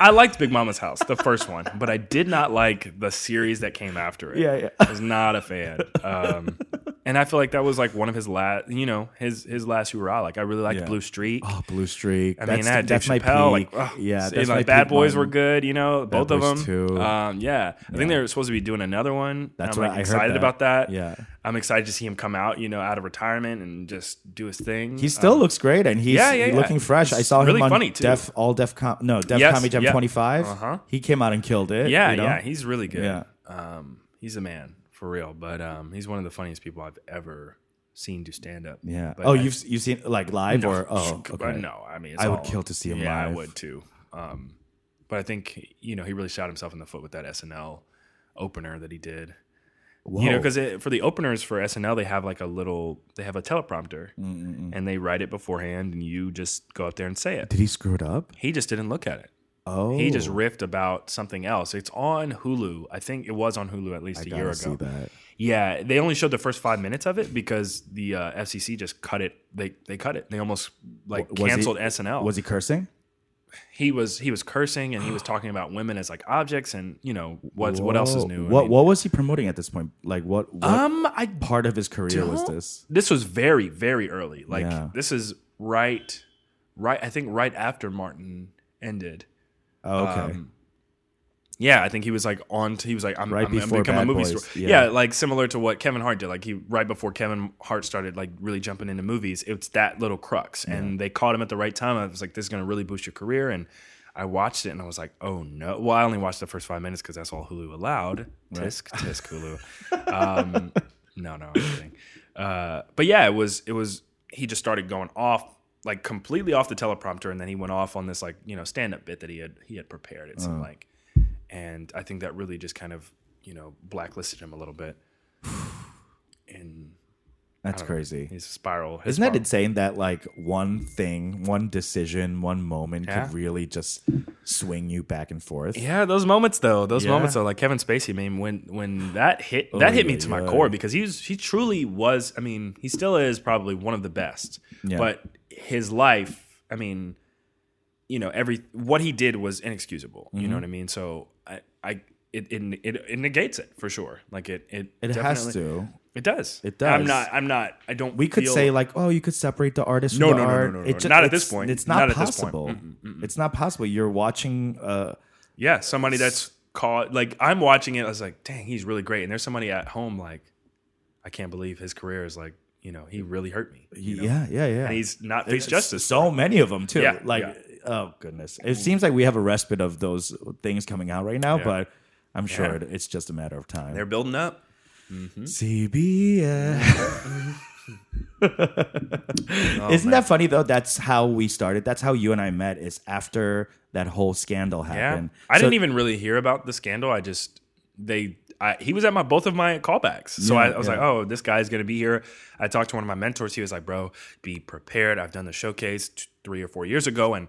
[SPEAKER 5] I liked Big Mama's house, the first one, but I did not like the series that came after it.
[SPEAKER 1] Yeah, yeah.
[SPEAKER 5] I was not a fan. Um, and I feel like that was like one of his last, you know, his his last hurrah. Like I really liked
[SPEAKER 1] Yeah.
[SPEAKER 5] Blue Streak.
[SPEAKER 1] Oh, Blue Streak.
[SPEAKER 5] I mean,
[SPEAKER 1] that's,
[SPEAKER 5] that Dave
[SPEAKER 1] that's my
[SPEAKER 5] Chappelle,
[SPEAKER 1] peak.
[SPEAKER 5] like, ugh,
[SPEAKER 1] yeah,
[SPEAKER 5] see,
[SPEAKER 1] that's
[SPEAKER 5] like,
[SPEAKER 1] my
[SPEAKER 5] Bad
[SPEAKER 1] peak
[SPEAKER 5] Boys
[SPEAKER 1] moment.
[SPEAKER 5] were good, you know, both of them.
[SPEAKER 1] Boys too.
[SPEAKER 5] Um, yeah. I think they were supposed to be doing another one.
[SPEAKER 1] That's
[SPEAKER 5] I'm
[SPEAKER 1] what
[SPEAKER 5] like,
[SPEAKER 1] I heard
[SPEAKER 5] excited
[SPEAKER 1] that.
[SPEAKER 5] about that.
[SPEAKER 1] Yeah.
[SPEAKER 5] I'm excited to see him come out, you know, out of retirement and just do his thing. Um,
[SPEAKER 1] He still looks great, and he's
[SPEAKER 5] yeah, yeah, yeah.
[SPEAKER 1] looking fresh. I
[SPEAKER 5] He's
[SPEAKER 1] saw him
[SPEAKER 5] really
[SPEAKER 1] on
[SPEAKER 5] funny, too.
[SPEAKER 1] Def All Def Com. No, Def
[SPEAKER 5] Yes,
[SPEAKER 1] Comedy Jam
[SPEAKER 5] yeah.
[SPEAKER 1] 25.
[SPEAKER 5] Uh-huh.
[SPEAKER 1] He came out and killed it.
[SPEAKER 5] Yeah,
[SPEAKER 1] you know?
[SPEAKER 5] yeah, he's really good.
[SPEAKER 1] Yeah.
[SPEAKER 5] Um, he's a man for real, but um, he's one of the funniest people I've ever seen do stand up.
[SPEAKER 1] yeah.
[SPEAKER 5] But
[SPEAKER 1] Oh,
[SPEAKER 5] I-
[SPEAKER 1] you've you've seen like live or oh
[SPEAKER 5] but
[SPEAKER 1] okay.
[SPEAKER 5] no, I mean, it's
[SPEAKER 1] I would
[SPEAKER 5] all-
[SPEAKER 1] kill to see him
[SPEAKER 5] Yeah, I
[SPEAKER 1] live.
[SPEAKER 5] would too. Um, but I think you know he really shot himself in the foot with that SNL opener that he did.
[SPEAKER 1] Whoa.
[SPEAKER 5] You know, because for the openers for SNL, they have like a little, they have a teleprompter, and they write it beforehand, and you just go up there and say it.
[SPEAKER 1] did he screw it up?
[SPEAKER 5] He just didn't look at it.
[SPEAKER 1] Oh,
[SPEAKER 5] He just riffed about something else. It's on Hulu. I think it was on Hulu at least a
[SPEAKER 1] gotta
[SPEAKER 5] year ago.
[SPEAKER 1] see that.
[SPEAKER 5] Yeah, they only showed the first five minutes of it because the uh, FCC just cut it. They they cut it. They almost like
[SPEAKER 1] W- was he-
[SPEAKER 5] canceled SNL.
[SPEAKER 1] Was he cursing?
[SPEAKER 5] He was he was cursing and he was talking about women as like objects and you know what what else is
[SPEAKER 1] Whoa.
[SPEAKER 5] new. I
[SPEAKER 1] What
[SPEAKER 5] mean-
[SPEAKER 1] what was he promoting at this point? Like what, what
[SPEAKER 5] um I
[SPEAKER 1] part of his career was
[SPEAKER 5] don't-
[SPEAKER 1] this?
[SPEAKER 5] This was very very early. Like
[SPEAKER 1] Yeah.
[SPEAKER 5] this is right right. I think right after Martin ended.
[SPEAKER 1] Oh, okay.
[SPEAKER 5] Um, yeah, I think he was like on. To, he was like, I'm
[SPEAKER 1] Right
[SPEAKER 5] I'm gonna
[SPEAKER 1] before
[SPEAKER 5] become a
[SPEAKER 1] Bad
[SPEAKER 5] movie
[SPEAKER 1] Boys,
[SPEAKER 5] star.
[SPEAKER 1] yeah.
[SPEAKER 5] Yeah. like similar to what Kevin Hart did. Like he right before Kevin Hart started like really jumping into movies. It's that little crux, and they caught him at the right time. I was like, this is gonna really boost your career. And I watched it, and I was like, oh no. Well, I only watched the first five minutes because that's all Hulu allowed. Tisk tisk Hulu. um, no, no, I'm kidding. Uh, but yeah, it was it was. He just started going off. Like completely off the teleprompter, and then he went off on this like you know stand up bit that he had he had prepared. It
[SPEAKER 1] Uh.
[SPEAKER 5] seemed like, and I think that really just kind of you know blacklisted him a little bit. And
[SPEAKER 1] That's crazy.
[SPEAKER 5] his spiral, his
[SPEAKER 1] Isn't that
[SPEAKER 5] spiral-
[SPEAKER 1] insane that like one thing, one decision, one moment
[SPEAKER 5] Yeah.
[SPEAKER 1] could really just swing you back and forth?
[SPEAKER 5] Yeah, those moments though, those
[SPEAKER 1] Yeah. Oh,
[SPEAKER 5] moments though, like Kevin Spacey. I mean, when when that hit, that hit me
[SPEAKER 1] yeah,
[SPEAKER 5] to my
[SPEAKER 1] yeah.
[SPEAKER 5] core because he was he truly was. I mean, he still is probably one of the best.
[SPEAKER 1] Yeah.
[SPEAKER 5] But his life, I mean, you know, every what he did was inexcusable.
[SPEAKER 1] Mm-hmm.
[SPEAKER 5] You know what I mean? So I, I, it, it, it, it negates it for sure. Like it, it,
[SPEAKER 1] It has
[SPEAKER 5] definitely-
[SPEAKER 1] to.
[SPEAKER 5] It does.
[SPEAKER 1] It
[SPEAKER 5] I'm
[SPEAKER 1] does.
[SPEAKER 5] not. I'm not. I don't.
[SPEAKER 1] We could
[SPEAKER 5] feel-
[SPEAKER 1] say like, oh, you could separate the artist
[SPEAKER 5] No,
[SPEAKER 1] from the
[SPEAKER 5] no, no, no,
[SPEAKER 1] art.
[SPEAKER 5] no, no,
[SPEAKER 1] It
[SPEAKER 5] no.
[SPEAKER 1] ju-
[SPEAKER 5] Not at
[SPEAKER 1] it's-
[SPEAKER 5] this point.
[SPEAKER 1] It's not,
[SPEAKER 5] Not at this point.
[SPEAKER 1] possible. It's not possible. You're watching. Uh,
[SPEAKER 5] Yeah, somebody that's caught. Like I'm watching it, I was like, dang, he's really great. And there's somebody at home like, I can't believe his career is like, you know, he really hurt me. you know?
[SPEAKER 1] Yeah, yeah, yeah.
[SPEAKER 5] and he's not faced
[SPEAKER 1] It's
[SPEAKER 5] justice.
[SPEAKER 1] So many of them too.
[SPEAKER 5] Yeah,
[SPEAKER 1] like,
[SPEAKER 5] yeah.
[SPEAKER 1] oh goodness, it seems like we have a respite of those things coming out right now,
[SPEAKER 5] Yeah.
[SPEAKER 1] but. I'm sure
[SPEAKER 5] Yeah.
[SPEAKER 1] it, it's just a matter of time.
[SPEAKER 5] They're building up.
[SPEAKER 1] CBS.
[SPEAKER 5] Oh,
[SPEAKER 1] Isn't that funny though? That's how we started. That's how you and I met. Is after that whole scandal
[SPEAKER 5] Yeah,
[SPEAKER 1] happened.
[SPEAKER 5] I
[SPEAKER 1] So-
[SPEAKER 5] didn't even really hear about the scandal. I just they. I, he was at my both of my callbacks, so I, I was
[SPEAKER 1] yeah.
[SPEAKER 5] like, "Oh, this guy's gonna be here." I talked to one of my mentors. He was like, "Bro, be prepared. I've done the showcase t- three or four years ago, and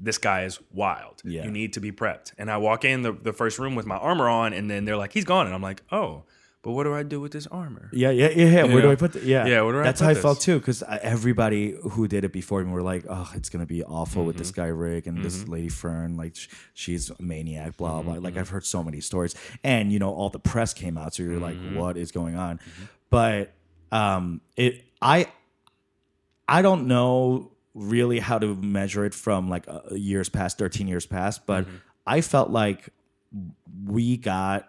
[SPEAKER 5] this guy is wild.
[SPEAKER 1] Yeah.
[SPEAKER 5] You need to be prepped." And I walk in the, the first room with my armor on, and then they're like, "He's gone," and I'm like, "Oh, but what do I do with this armor?"
[SPEAKER 1] Yeah, yeah, yeah, yeah. Where do
[SPEAKER 5] Yeah.
[SPEAKER 1] I put the Yeah,
[SPEAKER 5] Yeah, where do I
[SPEAKER 1] That's
[SPEAKER 5] put
[SPEAKER 1] how I
[SPEAKER 5] this?
[SPEAKER 1] felt too, because everybody who did it before me were like, "Oh, it's gonna be awful with
[SPEAKER 5] Mm-hmm.
[SPEAKER 1] this guy Rick and this lady Fern. Like, sh- she's a maniac." Blah blah.
[SPEAKER 5] Mm-hmm,
[SPEAKER 1] Like, I've heard so many stories, and you know, all the press came out, so you're
[SPEAKER 5] Mm-hmm.
[SPEAKER 1] like, "What is going on?" But um, it, I, I don't know really how to measure it from like uh, years past, thirteen years past, but
[SPEAKER 5] Mm-hmm.
[SPEAKER 1] I felt like we got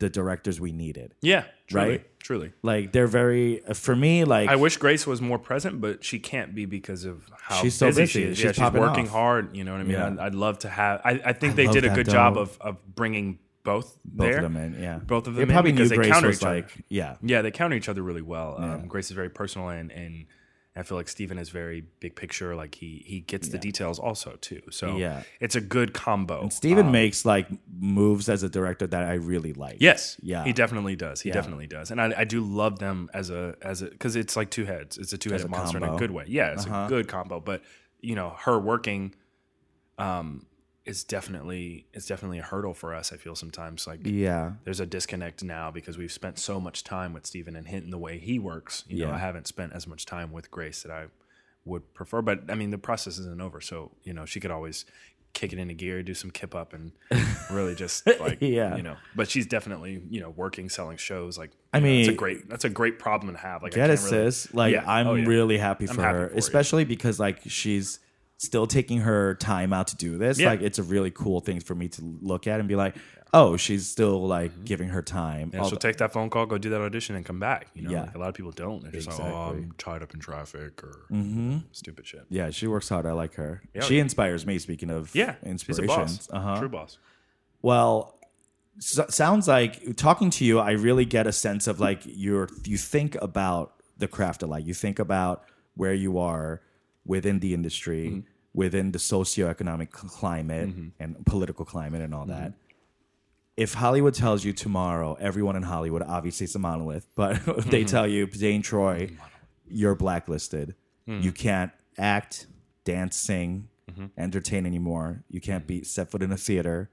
[SPEAKER 1] the directors we needed.
[SPEAKER 5] Yeah, truly,
[SPEAKER 1] Right?
[SPEAKER 5] Truly,
[SPEAKER 1] Like they're very uh, for me. Like
[SPEAKER 5] I wish Grace was more present, but she can't be because of how
[SPEAKER 1] She's
[SPEAKER 5] she's
[SPEAKER 1] so
[SPEAKER 5] busy,
[SPEAKER 1] busy.
[SPEAKER 5] she is.
[SPEAKER 1] She's
[SPEAKER 5] yeah, she's
[SPEAKER 1] popping
[SPEAKER 5] working
[SPEAKER 1] off.
[SPEAKER 5] hard. You know what I mean?
[SPEAKER 1] Yeah.
[SPEAKER 5] I'd, I'd love to have. I, I think they
[SPEAKER 1] love
[SPEAKER 5] did a
[SPEAKER 1] that,
[SPEAKER 5] good job
[SPEAKER 1] though.
[SPEAKER 5] of of bringing both,
[SPEAKER 1] both
[SPEAKER 5] there.
[SPEAKER 1] of them in. Yeah,
[SPEAKER 5] both of
[SPEAKER 1] They
[SPEAKER 5] them in
[SPEAKER 1] probably
[SPEAKER 5] because
[SPEAKER 1] knew
[SPEAKER 5] they
[SPEAKER 1] Grace
[SPEAKER 5] counter
[SPEAKER 1] was
[SPEAKER 5] each other.
[SPEAKER 1] like, yeah,
[SPEAKER 5] Yeah, they counter each other really well.
[SPEAKER 1] Yeah.
[SPEAKER 5] Um, Grace is very personal, and and I feel like Steven is very big picture. Like he he gets the details also too. So
[SPEAKER 1] Yeah.
[SPEAKER 5] it's a good combo.
[SPEAKER 1] And Steven makes like moves as a director that I really like.
[SPEAKER 5] Yes.
[SPEAKER 1] Yeah.
[SPEAKER 5] He definitely does. He
[SPEAKER 1] Yeah.
[SPEAKER 5] definitely does. And I, I do love them as a as a because it's like two heads. It's a two
[SPEAKER 1] As a
[SPEAKER 5] headed monster in
[SPEAKER 1] combo. Uh-huh.
[SPEAKER 5] a good way. Yeah, it's a good combo. But you know, her working um, is definitely is definitely a hurdle for us. I feel sometimes like
[SPEAKER 1] Yeah.
[SPEAKER 5] there's a disconnect now because we've spent so much time with Steven and Hinton the way he works. You know,
[SPEAKER 1] Yeah.
[SPEAKER 5] I haven't spent as much time with Grace that I would prefer. But I mean, the process isn't over, so you know she could always kick it into gear, do some kip up, and really just like
[SPEAKER 1] Yeah.
[SPEAKER 5] you know. But she's definitely you know working, selling shows. Like
[SPEAKER 1] I
[SPEAKER 5] you know, it's a
[SPEAKER 1] mean-
[SPEAKER 5] great that's a great problem to have. Like
[SPEAKER 1] Get it,
[SPEAKER 5] can't really-
[SPEAKER 1] sis. Like
[SPEAKER 5] Yeah.
[SPEAKER 1] I'm
[SPEAKER 5] Oh, yeah.
[SPEAKER 1] really happy for
[SPEAKER 5] happy
[SPEAKER 1] her,
[SPEAKER 5] for you.
[SPEAKER 1] especially because like she's still taking her time out to do this.
[SPEAKER 5] Yeah.
[SPEAKER 1] Like it's a really cool thing for me to look at and be like, oh, she's still like giving her time.
[SPEAKER 5] Mm-hmm. Yeah,
[SPEAKER 1] Although-
[SPEAKER 5] she'll take that phone call, go do that audition, and come back. You know,
[SPEAKER 1] Yeah.
[SPEAKER 5] like a lot of people don't. They're just like, "Oh,
[SPEAKER 1] Exactly. Mm-hmm.
[SPEAKER 5] I'm tied up in traffic" or stupid shit.
[SPEAKER 1] yeah, she works hard. I like her.
[SPEAKER 5] Yeah,
[SPEAKER 1] she
[SPEAKER 5] yeah.
[SPEAKER 1] inspires me. Speaking of
[SPEAKER 5] Yeah, she's a
[SPEAKER 1] inspirations,
[SPEAKER 5] boss,
[SPEAKER 1] uh-huh.
[SPEAKER 5] true boss.
[SPEAKER 1] Well, so, sounds like talking to you, I really get a sense of like you're you think about the craft a lot. You think about where you are within the industry, within the socioeconomic cl- climate and political climate and all that. If Hollywood tells you tomorrow, everyone in Hollywood, obviously it's a monolith, but if they tell you, Dane Troy, you're blacklisted. You can't act, dance, sing, entertain anymore. You can't be set foot in a theater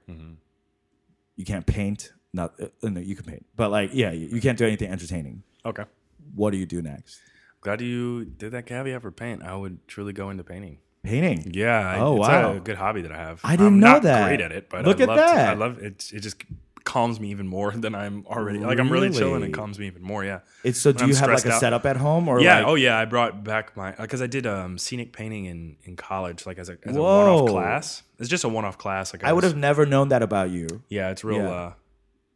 [SPEAKER 1] you can't paint. Not uh, no, you can paint, but like yeah, you, you can't do anything entertaining.
[SPEAKER 5] Okay.
[SPEAKER 1] What do you do next?
[SPEAKER 5] Glad you did that caveat for paint. I would truly go into painting.
[SPEAKER 1] Painting.
[SPEAKER 5] Yeah. I-
[SPEAKER 1] Oh,
[SPEAKER 5] it's
[SPEAKER 1] wow.
[SPEAKER 5] a good hobby that I have.
[SPEAKER 1] I didn't
[SPEAKER 5] I'm
[SPEAKER 1] know
[SPEAKER 5] not
[SPEAKER 1] that.
[SPEAKER 5] Great at it, but
[SPEAKER 1] Look
[SPEAKER 5] I
[SPEAKER 1] at
[SPEAKER 5] love to-
[SPEAKER 1] that.
[SPEAKER 5] I love it. It just calms me even more than I'm already. Like I'm really chilling.
[SPEAKER 1] Really?
[SPEAKER 5] It calms me even more. Yeah.
[SPEAKER 1] It's so.
[SPEAKER 5] When
[SPEAKER 1] Do
[SPEAKER 5] I'm
[SPEAKER 1] you have like
[SPEAKER 5] stressed
[SPEAKER 1] a
[SPEAKER 5] out-
[SPEAKER 1] setup at home or
[SPEAKER 5] Yeah.
[SPEAKER 1] Like,
[SPEAKER 5] oh yeah. I brought back my because I did um, scenic painting in in college, like as a, as a
[SPEAKER 1] Whoa.
[SPEAKER 5] one-off class. It's just a one-off class. Like
[SPEAKER 1] I would
[SPEAKER 5] was-
[SPEAKER 1] have never known that about you.
[SPEAKER 5] Yeah, it's real.
[SPEAKER 1] Yeah.
[SPEAKER 5] Uh,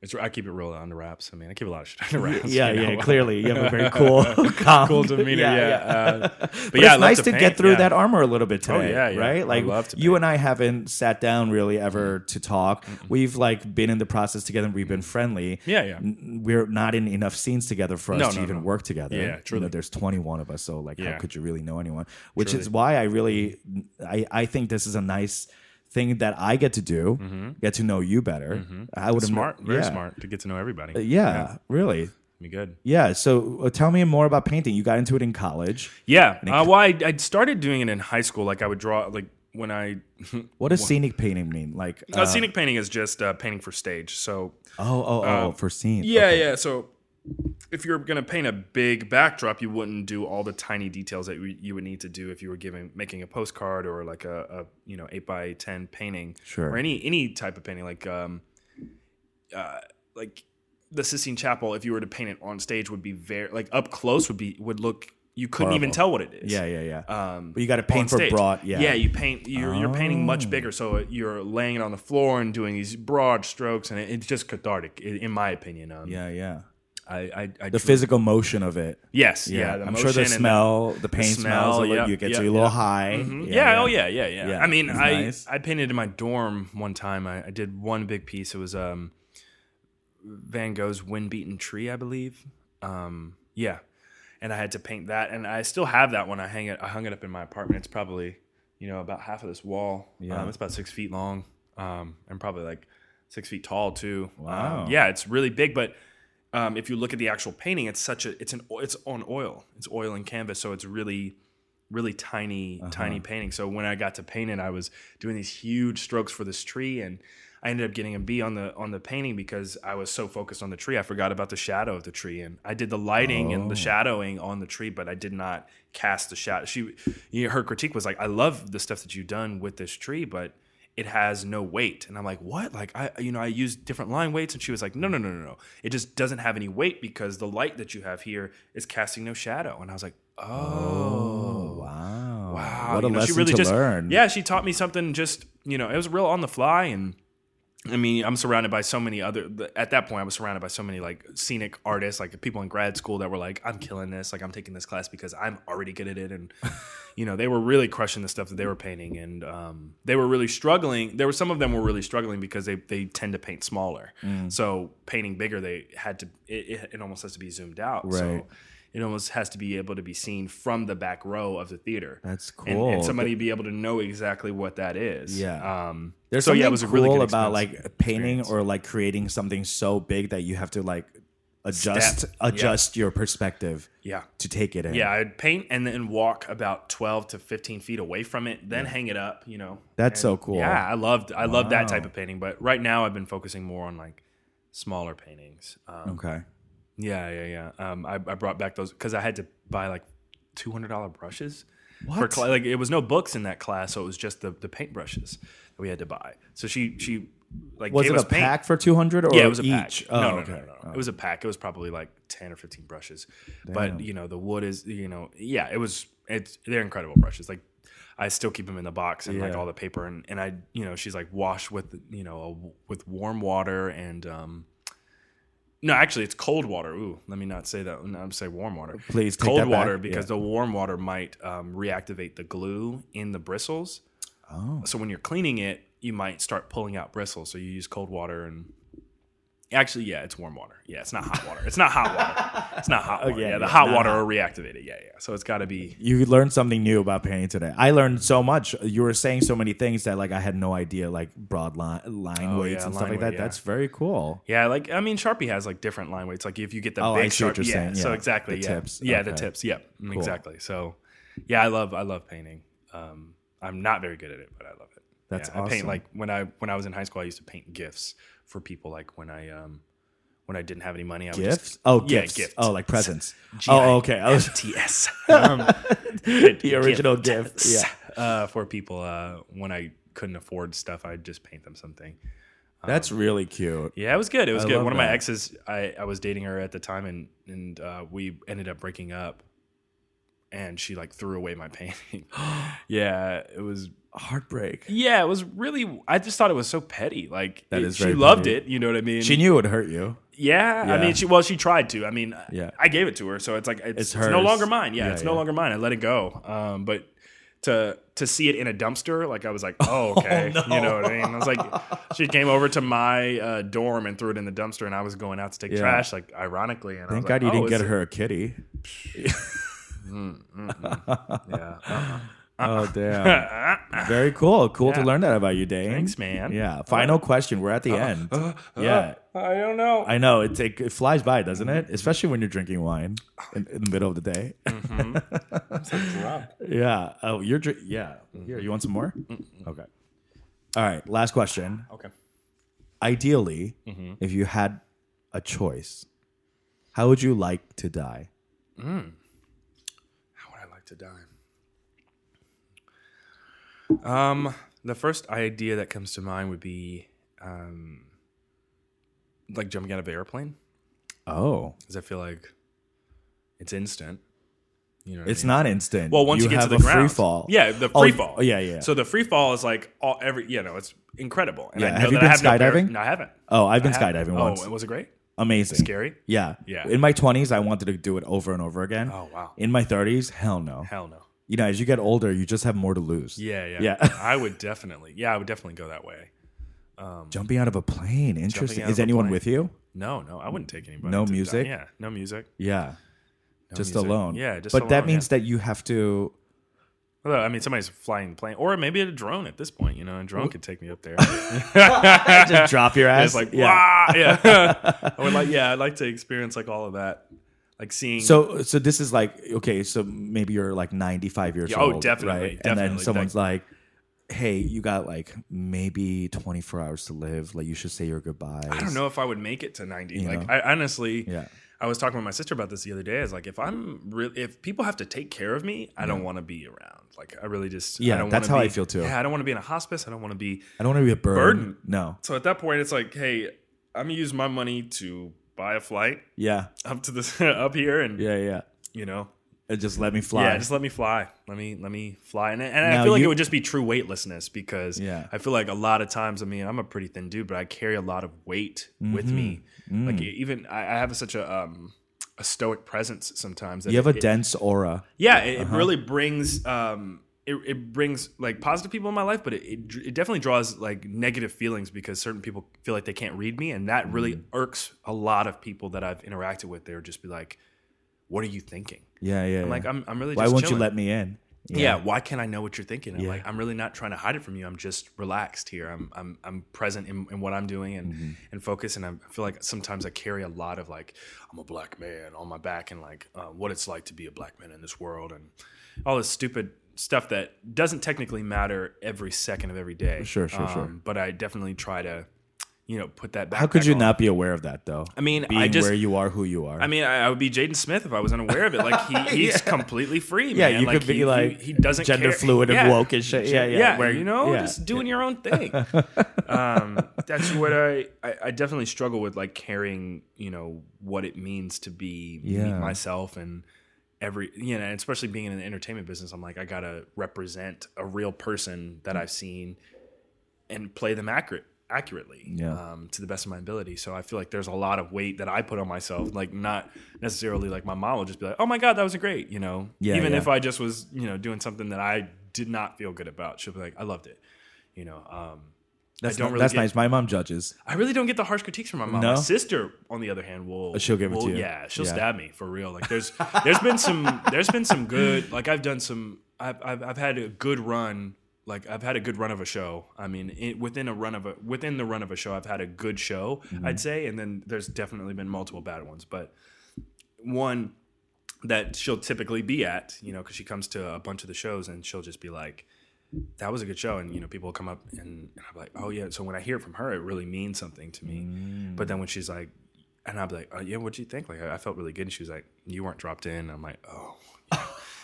[SPEAKER 5] it's I keep it real under wraps. I mean, I keep a lot of shit under wraps.
[SPEAKER 1] Yeah,
[SPEAKER 5] you know?
[SPEAKER 1] yeah. Clearly, you have a very cool, calm,
[SPEAKER 5] cool demeanor. Yeah, Uh, but,
[SPEAKER 1] But it's
[SPEAKER 5] yeah, I love
[SPEAKER 1] nice to,
[SPEAKER 5] paint,
[SPEAKER 1] get through
[SPEAKER 5] yeah.
[SPEAKER 1] that armor a little bit
[SPEAKER 5] Oh,
[SPEAKER 1] today,
[SPEAKER 5] yeah, yeah.
[SPEAKER 1] right?
[SPEAKER 5] I
[SPEAKER 1] Like
[SPEAKER 5] love to
[SPEAKER 1] you
[SPEAKER 5] paint.
[SPEAKER 1] and I haven't sat down really ever to talk. We've like been in the process together. and We've been friendly.
[SPEAKER 5] Yeah, yeah.
[SPEAKER 1] N- We're not in enough scenes together for us
[SPEAKER 5] No,
[SPEAKER 1] to
[SPEAKER 5] no,
[SPEAKER 1] even
[SPEAKER 5] no.
[SPEAKER 1] work together.
[SPEAKER 5] Yeah,
[SPEAKER 1] You know,
[SPEAKER 5] truly.
[SPEAKER 1] there's 21 of us, so like, how
[SPEAKER 5] Yeah.
[SPEAKER 1] could you really know anyone? Which is
[SPEAKER 5] Truly.
[SPEAKER 1] why I really, I I think this is a nice thing that I get to do, get to know you better. I would have
[SPEAKER 5] Mm-hmm. smart, very
[SPEAKER 1] yeah. Uh,
[SPEAKER 5] smart to get to know everybody.
[SPEAKER 1] Yeah, really.
[SPEAKER 5] be good.
[SPEAKER 1] Yeah. So uh, tell me more about painting. You got into it in college.
[SPEAKER 5] Yeah. Uh, well, I, I started doing it in high school. Like I would draw, like when I
[SPEAKER 1] What does scenic painting mean? Like
[SPEAKER 5] uh, scenic painting is just uh, painting for stage. So
[SPEAKER 1] Oh, oh, oh, for scenes.
[SPEAKER 5] um, Yeah,
[SPEAKER 1] Okay.
[SPEAKER 5] yeah. So if you're going to paint a big backdrop, you wouldn't do all the tiny details that you you would need to do if you were giving making a postcard or like a, a you know eight by ten painting,
[SPEAKER 1] Sure.
[SPEAKER 5] or any any type of painting like um, uh, like the Sistine Chapel. If you were to paint it on stage, would be very like up close would be would look you couldn't even
[SPEAKER 1] Horrible.
[SPEAKER 5] tell what it is.
[SPEAKER 1] Yeah, yeah, yeah.
[SPEAKER 5] Um,
[SPEAKER 1] But you gotta
[SPEAKER 5] on
[SPEAKER 1] paint for
[SPEAKER 5] stage.
[SPEAKER 1] broad- yeah. Oh.
[SPEAKER 5] yeah. You paint. You're, you're painting much bigger, so you're laying it on the floor and doing these broad strokes, and it, it's just cathartic, in, in my opinion. Um,
[SPEAKER 1] yeah, yeah.
[SPEAKER 5] I, I, I
[SPEAKER 1] The physical motion of it.
[SPEAKER 5] Yes,
[SPEAKER 1] Yeah,
[SPEAKER 5] yeah.
[SPEAKER 1] I'm sure the
[SPEAKER 5] motion and
[SPEAKER 1] smell, the paint
[SPEAKER 5] smell,
[SPEAKER 1] smells. a little
[SPEAKER 5] yeah,
[SPEAKER 1] you get
[SPEAKER 5] yeah,
[SPEAKER 1] you a little high.
[SPEAKER 5] Yeah, Oh yeah. Yeah. Yeah.
[SPEAKER 1] Yeah,
[SPEAKER 5] I mean,
[SPEAKER 1] it's
[SPEAKER 5] I
[SPEAKER 1] nice.
[SPEAKER 5] I painted in my dorm one time. I, I did one big piece. It was um, Van Gogh's "Windbeaten Tree," I believe. Um, yeah, and I had to paint that, and I still have that one. I hang it. I hung it up in my apartment. It's probably you know about half of this wall.
[SPEAKER 1] Yeah.
[SPEAKER 5] Um, it's about six feet long, um, and probably like six feet tall too. Um,
[SPEAKER 1] Wow.
[SPEAKER 5] yeah, it's really big, but um, if you look at the actual painting, it's such a it's an o- it's on oil. It's oil and canvas, so it's really really tiny tiny painting. So when I got to paint it, I was doing these huge strokes for this tree, and I ended up getting a B on the on the painting because I was so focused on the tree, I forgot about the shadow of the tree, and I did the lighting and the shadowing on the tree, but I did not cast the shadow. She you know, her critique was like, I love the stuff that you've done with this tree, but it has no weight. And I'm like, what? Like I, you know, I use different line weights. And she was like, no, no, no, no, no. It just doesn't have any weight because the light that you have here is casting no shadow. And I was like, oh,
[SPEAKER 1] Wow.
[SPEAKER 5] wow.
[SPEAKER 1] What a
[SPEAKER 5] You know,
[SPEAKER 1] lesson to
[SPEAKER 5] just,
[SPEAKER 1] learn.
[SPEAKER 5] Yeah, she taught me something. Just you know, it was real on the fly. And I mean, I'm surrounded by so many other. At that point, I was surrounded by so many like scenic artists, like people in grad school that were like, I'm killing this. Like I'm taking this class because I'm already good at it. And you know, they were really crushing the stuff that they were painting, and um, they were really struggling. There were some of them were really struggling because they they tend to paint smaller.
[SPEAKER 1] Mm.
[SPEAKER 5] So painting bigger, they had to. It, it, it almost has to be zoomed out.
[SPEAKER 1] Right.
[SPEAKER 5] So it almost has to be able to be seen from the back row of the theater.
[SPEAKER 1] That's
[SPEAKER 5] And- And,
[SPEAKER 1] cool.
[SPEAKER 5] somebody be able to know exactly what that is.
[SPEAKER 1] Yeah.
[SPEAKER 5] Um,
[SPEAKER 1] There's
[SPEAKER 5] so
[SPEAKER 1] something
[SPEAKER 5] yeah, it was a
[SPEAKER 1] cool
[SPEAKER 5] really good
[SPEAKER 1] about
[SPEAKER 5] experience-
[SPEAKER 1] like painting
[SPEAKER 5] experience.
[SPEAKER 1] or like creating something so big that you have to like adjust
[SPEAKER 5] Step. Yeah.
[SPEAKER 1] adjust your perspective
[SPEAKER 5] Yeah.
[SPEAKER 1] to take it in.
[SPEAKER 5] Yeah, I'd paint and then walk about twelve to fifteen feet away from it, then hang it up. You know,
[SPEAKER 1] That's so cool.
[SPEAKER 5] Yeah, I loved I loved that type
[SPEAKER 1] Wow.
[SPEAKER 5] of painting. But right now, I've been focusing more on like smaller paintings. Um,
[SPEAKER 1] Okay.
[SPEAKER 5] Yeah, yeah, yeah. Um, I, I brought back those because I had to buy like two hundred dollar brushes. For
[SPEAKER 1] What?
[SPEAKER 5] cla- like it was no books in that class, so it was just the the paint brushes that we had to buy. So she she like
[SPEAKER 1] Was
[SPEAKER 5] gave
[SPEAKER 1] it
[SPEAKER 5] us
[SPEAKER 1] a
[SPEAKER 5] paint.
[SPEAKER 1] pack for two hundred or
[SPEAKER 5] Yeah, it was a
[SPEAKER 1] each?
[SPEAKER 5] pack.
[SPEAKER 1] Oh,
[SPEAKER 5] no, no,
[SPEAKER 1] okay.
[SPEAKER 5] no, no, no. It was a pack. It was probably like ten or fifteen brushes. But you know, the wood is you know, yeah, it was. It's they're incredible brushes. Like I still keep them in the box and like
[SPEAKER 1] Yeah.
[SPEAKER 5] all the paper and and I you know she's like wash with you know a w with warm water and um. No, actually, it's cold water. Ooh, let me not say that. No, I'm say warm water.
[SPEAKER 1] Please take
[SPEAKER 5] cold
[SPEAKER 1] that back.
[SPEAKER 5] water because
[SPEAKER 1] Yeah.
[SPEAKER 5] the warm water might um, reactivate the glue in the bristles.
[SPEAKER 1] Oh.
[SPEAKER 5] So when you're cleaning it, you might start pulling out bristles. So you use cold water and actually, yeah, it's warm water. Yeah, it's not hot water. It's not hot water. It's not hot water.
[SPEAKER 1] yeah,
[SPEAKER 5] yeah, the
[SPEAKER 1] yeah,
[SPEAKER 5] hot
[SPEAKER 1] not
[SPEAKER 5] water
[SPEAKER 1] hot.
[SPEAKER 5] will reactivate it. Yeah, yeah. So it's got to be.
[SPEAKER 1] You learned something new about painting today. I
[SPEAKER 5] Mm.
[SPEAKER 1] learned so much. You were saying so many things that like I had no idea, like broad line, line
[SPEAKER 5] Oh,
[SPEAKER 1] weights
[SPEAKER 5] yeah,
[SPEAKER 1] and stuff
[SPEAKER 5] line
[SPEAKER 1] like
[SPEAKER 5] weight,
[SPEAKER 1] that.
[SPEAKER 5] yeah.
[SPEAKER 1] That's very cool.
[SPEAKER 5] Yeah, like I mean, Sharpie has like different line weights. Like if you get the
[SPEAKER 1] Oh, I
[SPEAKER 5] big
[SPEAKER 1] see what
[SPEAKER 5] Sharpie,
[SPEAKER 1] you're
[SPEAKER 5] yeah.
[SPEAKER 1] saying,
[SPEAKER 5] So
[SPEAKER 1] yeah.
[SPEAKER 5] exactly,
[SPEAKER 1] The
[SPEAKER 5] yeah,
[SPEAKER 1] tips,
[SPEAKER 5] yeah, the
[SPEAKER 1] okay.
[SPEAKER 5] tips, yeah, exactly. So, yeah, I love I love painting. Um, I'm not very good at it, but I love it.
[SPEAKER 1] That's
[SPEAKER 5] yeah, I paint
[SPEAKER 1] awesome.
[SPEAKER 5] like when I when I was in high school, I used to paint gifts for people. Like when I um when I didn't have any money, I would
[SPEAKER 1] Gifts?
[SPEAKER 5] Just,
[SPEAKER 1] oh,
[SPEAKER 5] yeah,
[SPEAKER 1] gifts.
[SPEAKER 5] gift.
[SPEAKER 1] Oh, like presents.
[SPEAKER 5] G I
[SPEAKER 1] oh, okay. I was,
[SPEAKER 5] FTS.
[SPEAKER 1] the original gift. Yeah.
[SPEAKER 5] uh, for people uh, when I couldn't afford stuff, I'd just paint them something.
[SPEAKER 1] That's really cute.
[SPEAKER 5] Yeah, it was good. It was
[SPEAKER 1] I
[SPEAKER 5] good.
[SPEAKER 1] love
[SPEAKER 5] One of my
[SPEAKER 1] that.
[SPEAKER 5] exes, I, I was dating her at the time, and and uh, we ended up breaking up, and she like threw away my painting. yeah, it was.
[SPEAKER 1] Heartbreak.
[SPEAKER 5] Yeah, it was really. I just thought it was so petty. Like
[SPEAKER 1] That
[SPEAKER 5] it-
[SPEAKER 1] is
[SPEAKER 5] she
[SPEAKER 1] very
[SPEAKER 5] loved
[SPEAKER 1] petty.
[SPEAKER 5] it. You know what I mean?
[SPEAKER 1] She knew it would hurt you.
[SPEAKER 5] Yeah, I
[SPEAKER 1] Yeah.
[SPEAKER 5] mean, she well, she tried to. I mean,
[SPEAKER 1] Yeah.
[SPEAKER 5] I gave it to her, so it's like it's,
[SPEAKER 1] It's
[SPEAKER 5] it's, no
[SPEAKER 1] hers.
[SPEAKER 5] longer mine. Yeah,
[SPEAKER 1] Yeah,
[SPEAKER 5] it's
[SPEAKER 1] yeah.
[SPEAKER 5] no longer mine. I let it go. Um, but to to see it in a dumpster, like I was like, oh okay, you know what I mean. I was like, she came over to my uh, dorm and threw it in the dumpster, and I was going out to take
[SPEAKER 1] Yeah.
[SPEAKER 5] trash, like ironically. And
[SPEAKER 1] Thank
[SPEAKER 5] I was
[SPEAKER 1] God you
[SPEAKER 5] like, oh,
[SPEAKER 1] didn't get
[SPEAKER 5] is
[SPEAKER 1] her a kitty.
[SPEAKER 5] it- Yeah. Uh-uh.
[SPEAKER 1] Oh damn! Very cool. Cool to
[SPEAKER 5] Yeah.
[SPEAKER 1] learn that about you, Dane.
[SPEAKER 5] Thanks, man. Uh-huh.
[SPEAKER 1] Yeah. Final question. We're at the end. yeah.
[SPEAKER 5] I don't know.
[SPEAKER 1] I know it, take, it flies by, doesn't it? Especially when you're drinking wine in, in the middle of the day.
[SPEAKER 5] Mm-hmm.
[SPEAKER 1] yeah. Oh, you're drink. Yeah. Here, you want some more? Okay. All right. Last question.
[SPEAKER 5] okay. Mm-hmm.
[SPEAKER 1] Ideally, if you had a choice, how would you like to die?
[SPEAKER 5] How would I like to die? Um, the first idea that comes to mind would be um, like jumping out of an airplane,
[SPEAKER 1] Oh,
[SPEAKER 5] because I feel like it's instant. You know, what I
[SPEAKER 1] it's
[SPEAKER 5] mean?
[SPEAKER 1] not instant.
[SPEAKER 5] Well, once you, get
[SPEAKER 1] have
[SPEAKER 5] to
[SPEAKER 1] a
[SPEAKER 5] the ground,
[SPEAKER 1] free fall.
[SPEAKER 5] Yeah, the
[SPEAKER 1] Oh,
[SPEAKER 5] free fall.
[SPEAKER 1] oh, yeah, yeah.
[SPEAKER 5] So the free fall is like all every. You know, it's incredible. And
[SPEAKER 1] Yeah,
[SPEAKER 5] I know
[SPEAKER 1] have you
[SPEAKER 5] that I
[SPEAKER 1] been
[SPEAKER 5] have no par-
[SPEAKER 1] skydiving?
[SPEAKER 5] No, I haven't.
[SPEAKER 1] oh, I've been
[SPEAKER 5] I haven't.
[SPEAKER 1] skydiving
[SPEAKER 5] oh,
[SPEAKER 1] once.
[SPEAKER 5] was it great?
[SPEAKER 1] Amazing.
[SPEAKER 5] Scary?
[SPEAKER 1] Yeah.
[SPEAKER 5] Yeah.
[SPEAKER 1] In my 20s, I wanted to do it over and over again.
[SPEAKER 5] Oh, wow.
[SPEAKER 1] In my 30s, hell no.
[SPEAKER 5] Hell no.
[SPEAKER 1] You know, as you get older, you just have more to lose.
[SPEAKER 5] Yeah, yeah,
[SPEAKER 1] Yeah.
[SPEAKER 5] I would definitely. Yeah, I would definitely go that way.
[SPEAKER 1] Jumping out of a plane. Interesting.
[SPEAKER 5] Um, out of
[SPEAKER 1] Is
[SPEAKER 5] a
[SPEAKER 1] anyone
[SPEAKER 5] plane.
[SPEAKER 1] with you?
[SPEAKER 5] No, no, I wouldn't take anybody.
[SPEAKER 1] No
[SPEAKER 5] to die.
[SPEAKER 1] music?
[SPEAKER 5] Yeah, no music.
[SPEAKER 1] Yeah. just
[SPEAKER 5] music.
[SPEAKER 1] alone.
[SPEAKER 5] Yeah, just
[SPEAKER 1] But that
[SPEAKER 5] alone,
[SPEAKER 1] means that you have to.
[SPEAKER 5] Well, I mean, somebody's flying the plane, or maybe a drone at this point. You know, a drone could take me up there.
[SPEAKER 1] Just drop your ass.
[SPEAKER 5] it's like,
[SPEAKER 1] yeah.
[SPEAKER 5] yeah, yeah. I would like, yeah, I'd like to experience like all of that, like seeing.
[SPEAKER 1] So, so this is like okay. So maybe you're like 95 years
[SPEAKER 5] Yeah, oh,
[SPEAKER 1] old.
[SPEAKER 5] definitely,
[SPEAKER 1] Right? And then
[SPEAKER 5] definitely.
[SPEAKER 1] someone's like, "Hey, you got like maybe 24 hours to live. Like you should say your goodbyes."
[SPEAKER 5] I don't know if I would make it to ninety.
[SPEAKER 1] You
[SPEAKER 5] Like,
[SPEAKER 1] know?
[SPEAKER 5] I honestly,
[SPEAKER 1] Yeah.
[SPEAKER 5] I was talking with my sister about this the other day. Is like, if I'm real, if people have to take care of me, I don't want to be around. Like, I really just, I
[SPEAKER 1] Yeah,
[SPEAKER 5] don't
[SPEAKER 1] that's
[SPEAKER 5] wanna
[SPEAKER 1] how I
[SPEAKER 5] be-
[SPEAKER 1] feel too.
[SPEAKER 5] Yeah, I don't want to be in a hospice. I don't want to be
[SPEAKER 1] I don't want to be a burden.
[SPEAKER 5] Burden.
[SPEAKER 1] No.
[SPEAKER 5] So at that point, it's like, hey, I'm gonna use my money to buy a flight
[SPEAKER 1] Yeah.
[SPEAKER 5] up to this up here, and
[SPEAKER 1] Yeah. Yeah.
[SPEAKER 5] you know,
[SPEAKER 1] It just let me fly.
[SPEAKER 5] yeah, just let me fly. Let me let me fly, and, and
[SPEAKER 1] Now
[SPEAKER 5] I feel like
[SPEAKER 1] you-
[SPEAKER 5] it would just be true weightlessness because
[SPEAKER 1] Yeah.
[SPEAKER 5] I feel like a lot of times. I mean, I'm a pretty thin dude, but I carry a lot of weight with me.
[SPEAKER 1] Mm-hmm. Mm.
[SPEAKER 5] Like even I, I have such a um a stoic presence sometimes. That
[SPEAKER 1] you have a Uh-huh.
[SPEAKER 5] it-
[SPEAKER 1] dense aura.
[SPEAKER 5] yeah, it, it really brings um, it, it brings like positive people in my life, but it, it dr- it definitely draws like negative feelings because certain people feel like they can't read me, and that
[SPEAKER 1] Mm.
[SPEAKER 5] really irks a lot of people that I've interacted with. They would just be like, "What are you thinking?"
[SPEAKER 1] Yeah. Yeah.
[SPEAKER 5] I'm
[SPEAKER 1] yeah.
[SPEAKER 5] like, "I'm I'm really
[SPEAKER 1] Why
[SPEAKER 5] just
[SPEAKER 1] won't you
[SPEAKER 5] chilling."
[SPEAKER 1] let me in?
[SPEAKER 5] yeah. why can't I know what you're thinking? I'm
[SPEAKER 1] Yeah.
[SPEAKER 5] like, I'm really not trying to hide it from you. I'm just relaxed here. I'm I'm I'm present in, in what I'm doing and
[SPEAKER 1] Mm-hmm.
[SPEAKER 5] and focused. And I'm, I feel like sometimes I carry a lot of like I'm a black man on my back and like uh, what it's like to be a black man in this world and all this stupid stuff that doesn't technically matter every second of every day. Um,
[SPEAKER 1] Sure, sure, sure.
[SPEAKER 5] But I definitely try to, you know, put that back.
[SPEAKER 1] How could you not be aware of that though?
[SPEAKER 5] I mean, I
[SPEAKER 1] being
[SPEAKER 5] just-
[SPEAKER 1] where you are, who you are.
[SPEAKER 5] I mean, I, I would be Jaden Smith if I was unaware of it. Like he, he's completely free.
[SPEAKER 1] Yeah,
[SPEAKER 5] man.
[SPEAKER 1] you could be
[SPEAKER 5] he,
[SPEAKER 1] like
[SPEAKER 5] he, he doesn't
[SPEAKER 1] gender
[SPEAKER 5] care.
[SPEAKER 1] fluid and
[SPEAKER 5] Yeah.
[SPEAKER 1] woke and shit. Yeah, yeah,
[SPEAKER 5] yeah.
[SPEAKER 1] where-
[SPEAKER 5] you know,
[SPEAKER 1] yeah.
[SPEAKER 5] just doing your own thing. um, that's what I, I I definitely struggle with, like carrying you know what it means to be me,
[SPEAKER 1] Yeah.
[SPEAKER 5] myself and every you know, and especially being in the entertainment business. I'm like, I gotta represent a real person that I've seen and play them accurate accurately
[SPEAKER 1] Yeah.
[SPEAKER 5] um, to the best of my ability. So I feel like there's a lot of weight that I put on myself, like not necessarily like my mom will just be like, "Oh my god, that was great," you know.
[SPEAKER 1] Yeah,
[SPEAKER 5] Even
[SPEAKER 1] yeah.
[SPEAKER 5] if I just was, you know, doing something that I did not feel good about, she'll be like, "I loved it," you know. Um,
[SPEAKER 1] that's,
[SPEAKER 5] I don't
[SPEAKER 1] ni-
[SPEAKER 5] really
[SPEAKER 1] that's
[SPEAKER 5] get-
[SPEAKER 1] nice. My mom judges.
[SPEAKER 5] I really don't get the harsh critiques from my mom.
[SPEAKER 1] No?
[SPEAKER 5] My sister, on the other hand, will
[SPEAKER 1] She'll give it to
[SPEAKER 5] will-
[SPEAKER 1] you.
[SPEAKER 5] Yeah, she'll
[SPEAKER 1] Yeah.
[SPEAKER 5] stab me for real. Like there's there's been some there's been some good like I've done some I've I've, I've had a good run like I've had a good run of a show. I mean, it, within a run of a within the run of a show, I've had a good show,
[SPEAKER 1] Mm-hmm.
[SPEAKER 5] I'd say, and then there's definitely been multiple bad ones, but one that she'll typically be at, you know, because she comes to a bunch of the shows and she'll just be like, that was a good show. And, you know, people will come up and, and I'm like, oh, yeah. So when I hear it from her, it really means something to me.
[SPEAKER 1] Mm.
[SPEAKER 5] But then when she's like, and I'll be like, oh, yeah, what'd you think? Like, I, I felt really good. And she was like, you weren't dropped in. I'm like, oh.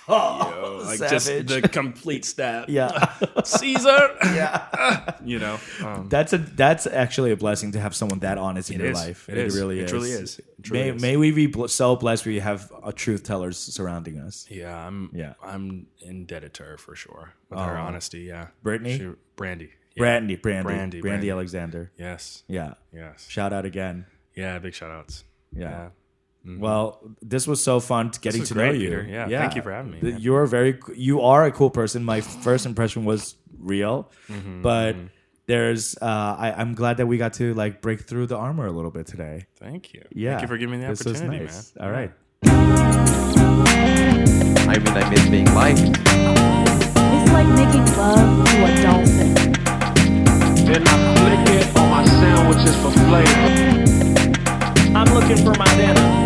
[SPEAKER 5] oh, like
[SPEAKER 1] savage.
[SPEAKER 5] just the complete stab.
[SPEAKER 1] Yeah,
[SPEAKER 5] Caesar. yeah. you know, um,
[SPEAKER 1] that's a that's actually a blessing to have someone that honest in your
[SPEAKER 5] is.
[SPEAKER 1] life.
[SPEAKER 5] It is.
[SPEAKER 1] really
[SPEAKER 5] It
[SPEAKER 1] is.
[SPEAKER 5] truly is. It truly
[SPEAKER 1] may
[SPEAKER 5] is.
[SPEAKER 1] may we be bl- so blessed we have uh, truth tellers surrounding us.
[SPEAKER 5] yeah, I'm,
[SPEAKER 1] Yeah. Oh.
[SPEAKER 5] I'm indebted to her for sure with her honesty. Yeah.
[SPEAKER 1] Brittany?
[SPEAKER 5] She- Brandy. Yeah.
[SPEAKER 1] Brandy, Brandy, Brandy,
[SPEAKER 5] Brandy, Brandy.
[SPEAKER 1] Alexander.
[SPEAKER 5] Yes.
[SPEAKER 1] Yeah.
[SPEAKER 5] Yes.
[SPEAKER 1] Shout out again.
[SPEAKER 5] Yeah, big shout outs.
[SPEAKER 1] Yeah. Well, this was so fun t- getting
[SPEAKER 5] Mm-hmm. was
[SPEAKER 1] to
[SPEAKER 5] great,
[SPEAKER 1] know you.
[SPEAKER 5] Peter. Yeah, thank you for having me,
[SPEAKER 1] Th-
[SPEAKER 5] man.
[SPEAKER 1] You're very c- you are a cool person. My first impression was real,
[SPEAKER 5] Mm-hmm,
[SPEAKER 1] but there's uh, I, I'm glad that we got to like break through the armor a little bit today.
[SPEAKER 5] Thank you.
[SPEAKER 1] Yeah,
[SPEAKER 5] Thank you for giving me the
[SPEAKER 1] This was
[SPEAKER 5] opportunity,
[SPEAKER 1] nice.
[SPEAKER 5] man.
[SPEAKER 1] All right.
[SPEAKER 2] I mean, I miss being liked.
[SPEAKER 3] It's like making love to a dolphin.
[SPEAKER 4] Then I flick it on my sandwiches for flavor.
[SPEAKER 6] I'm looking for my dinner.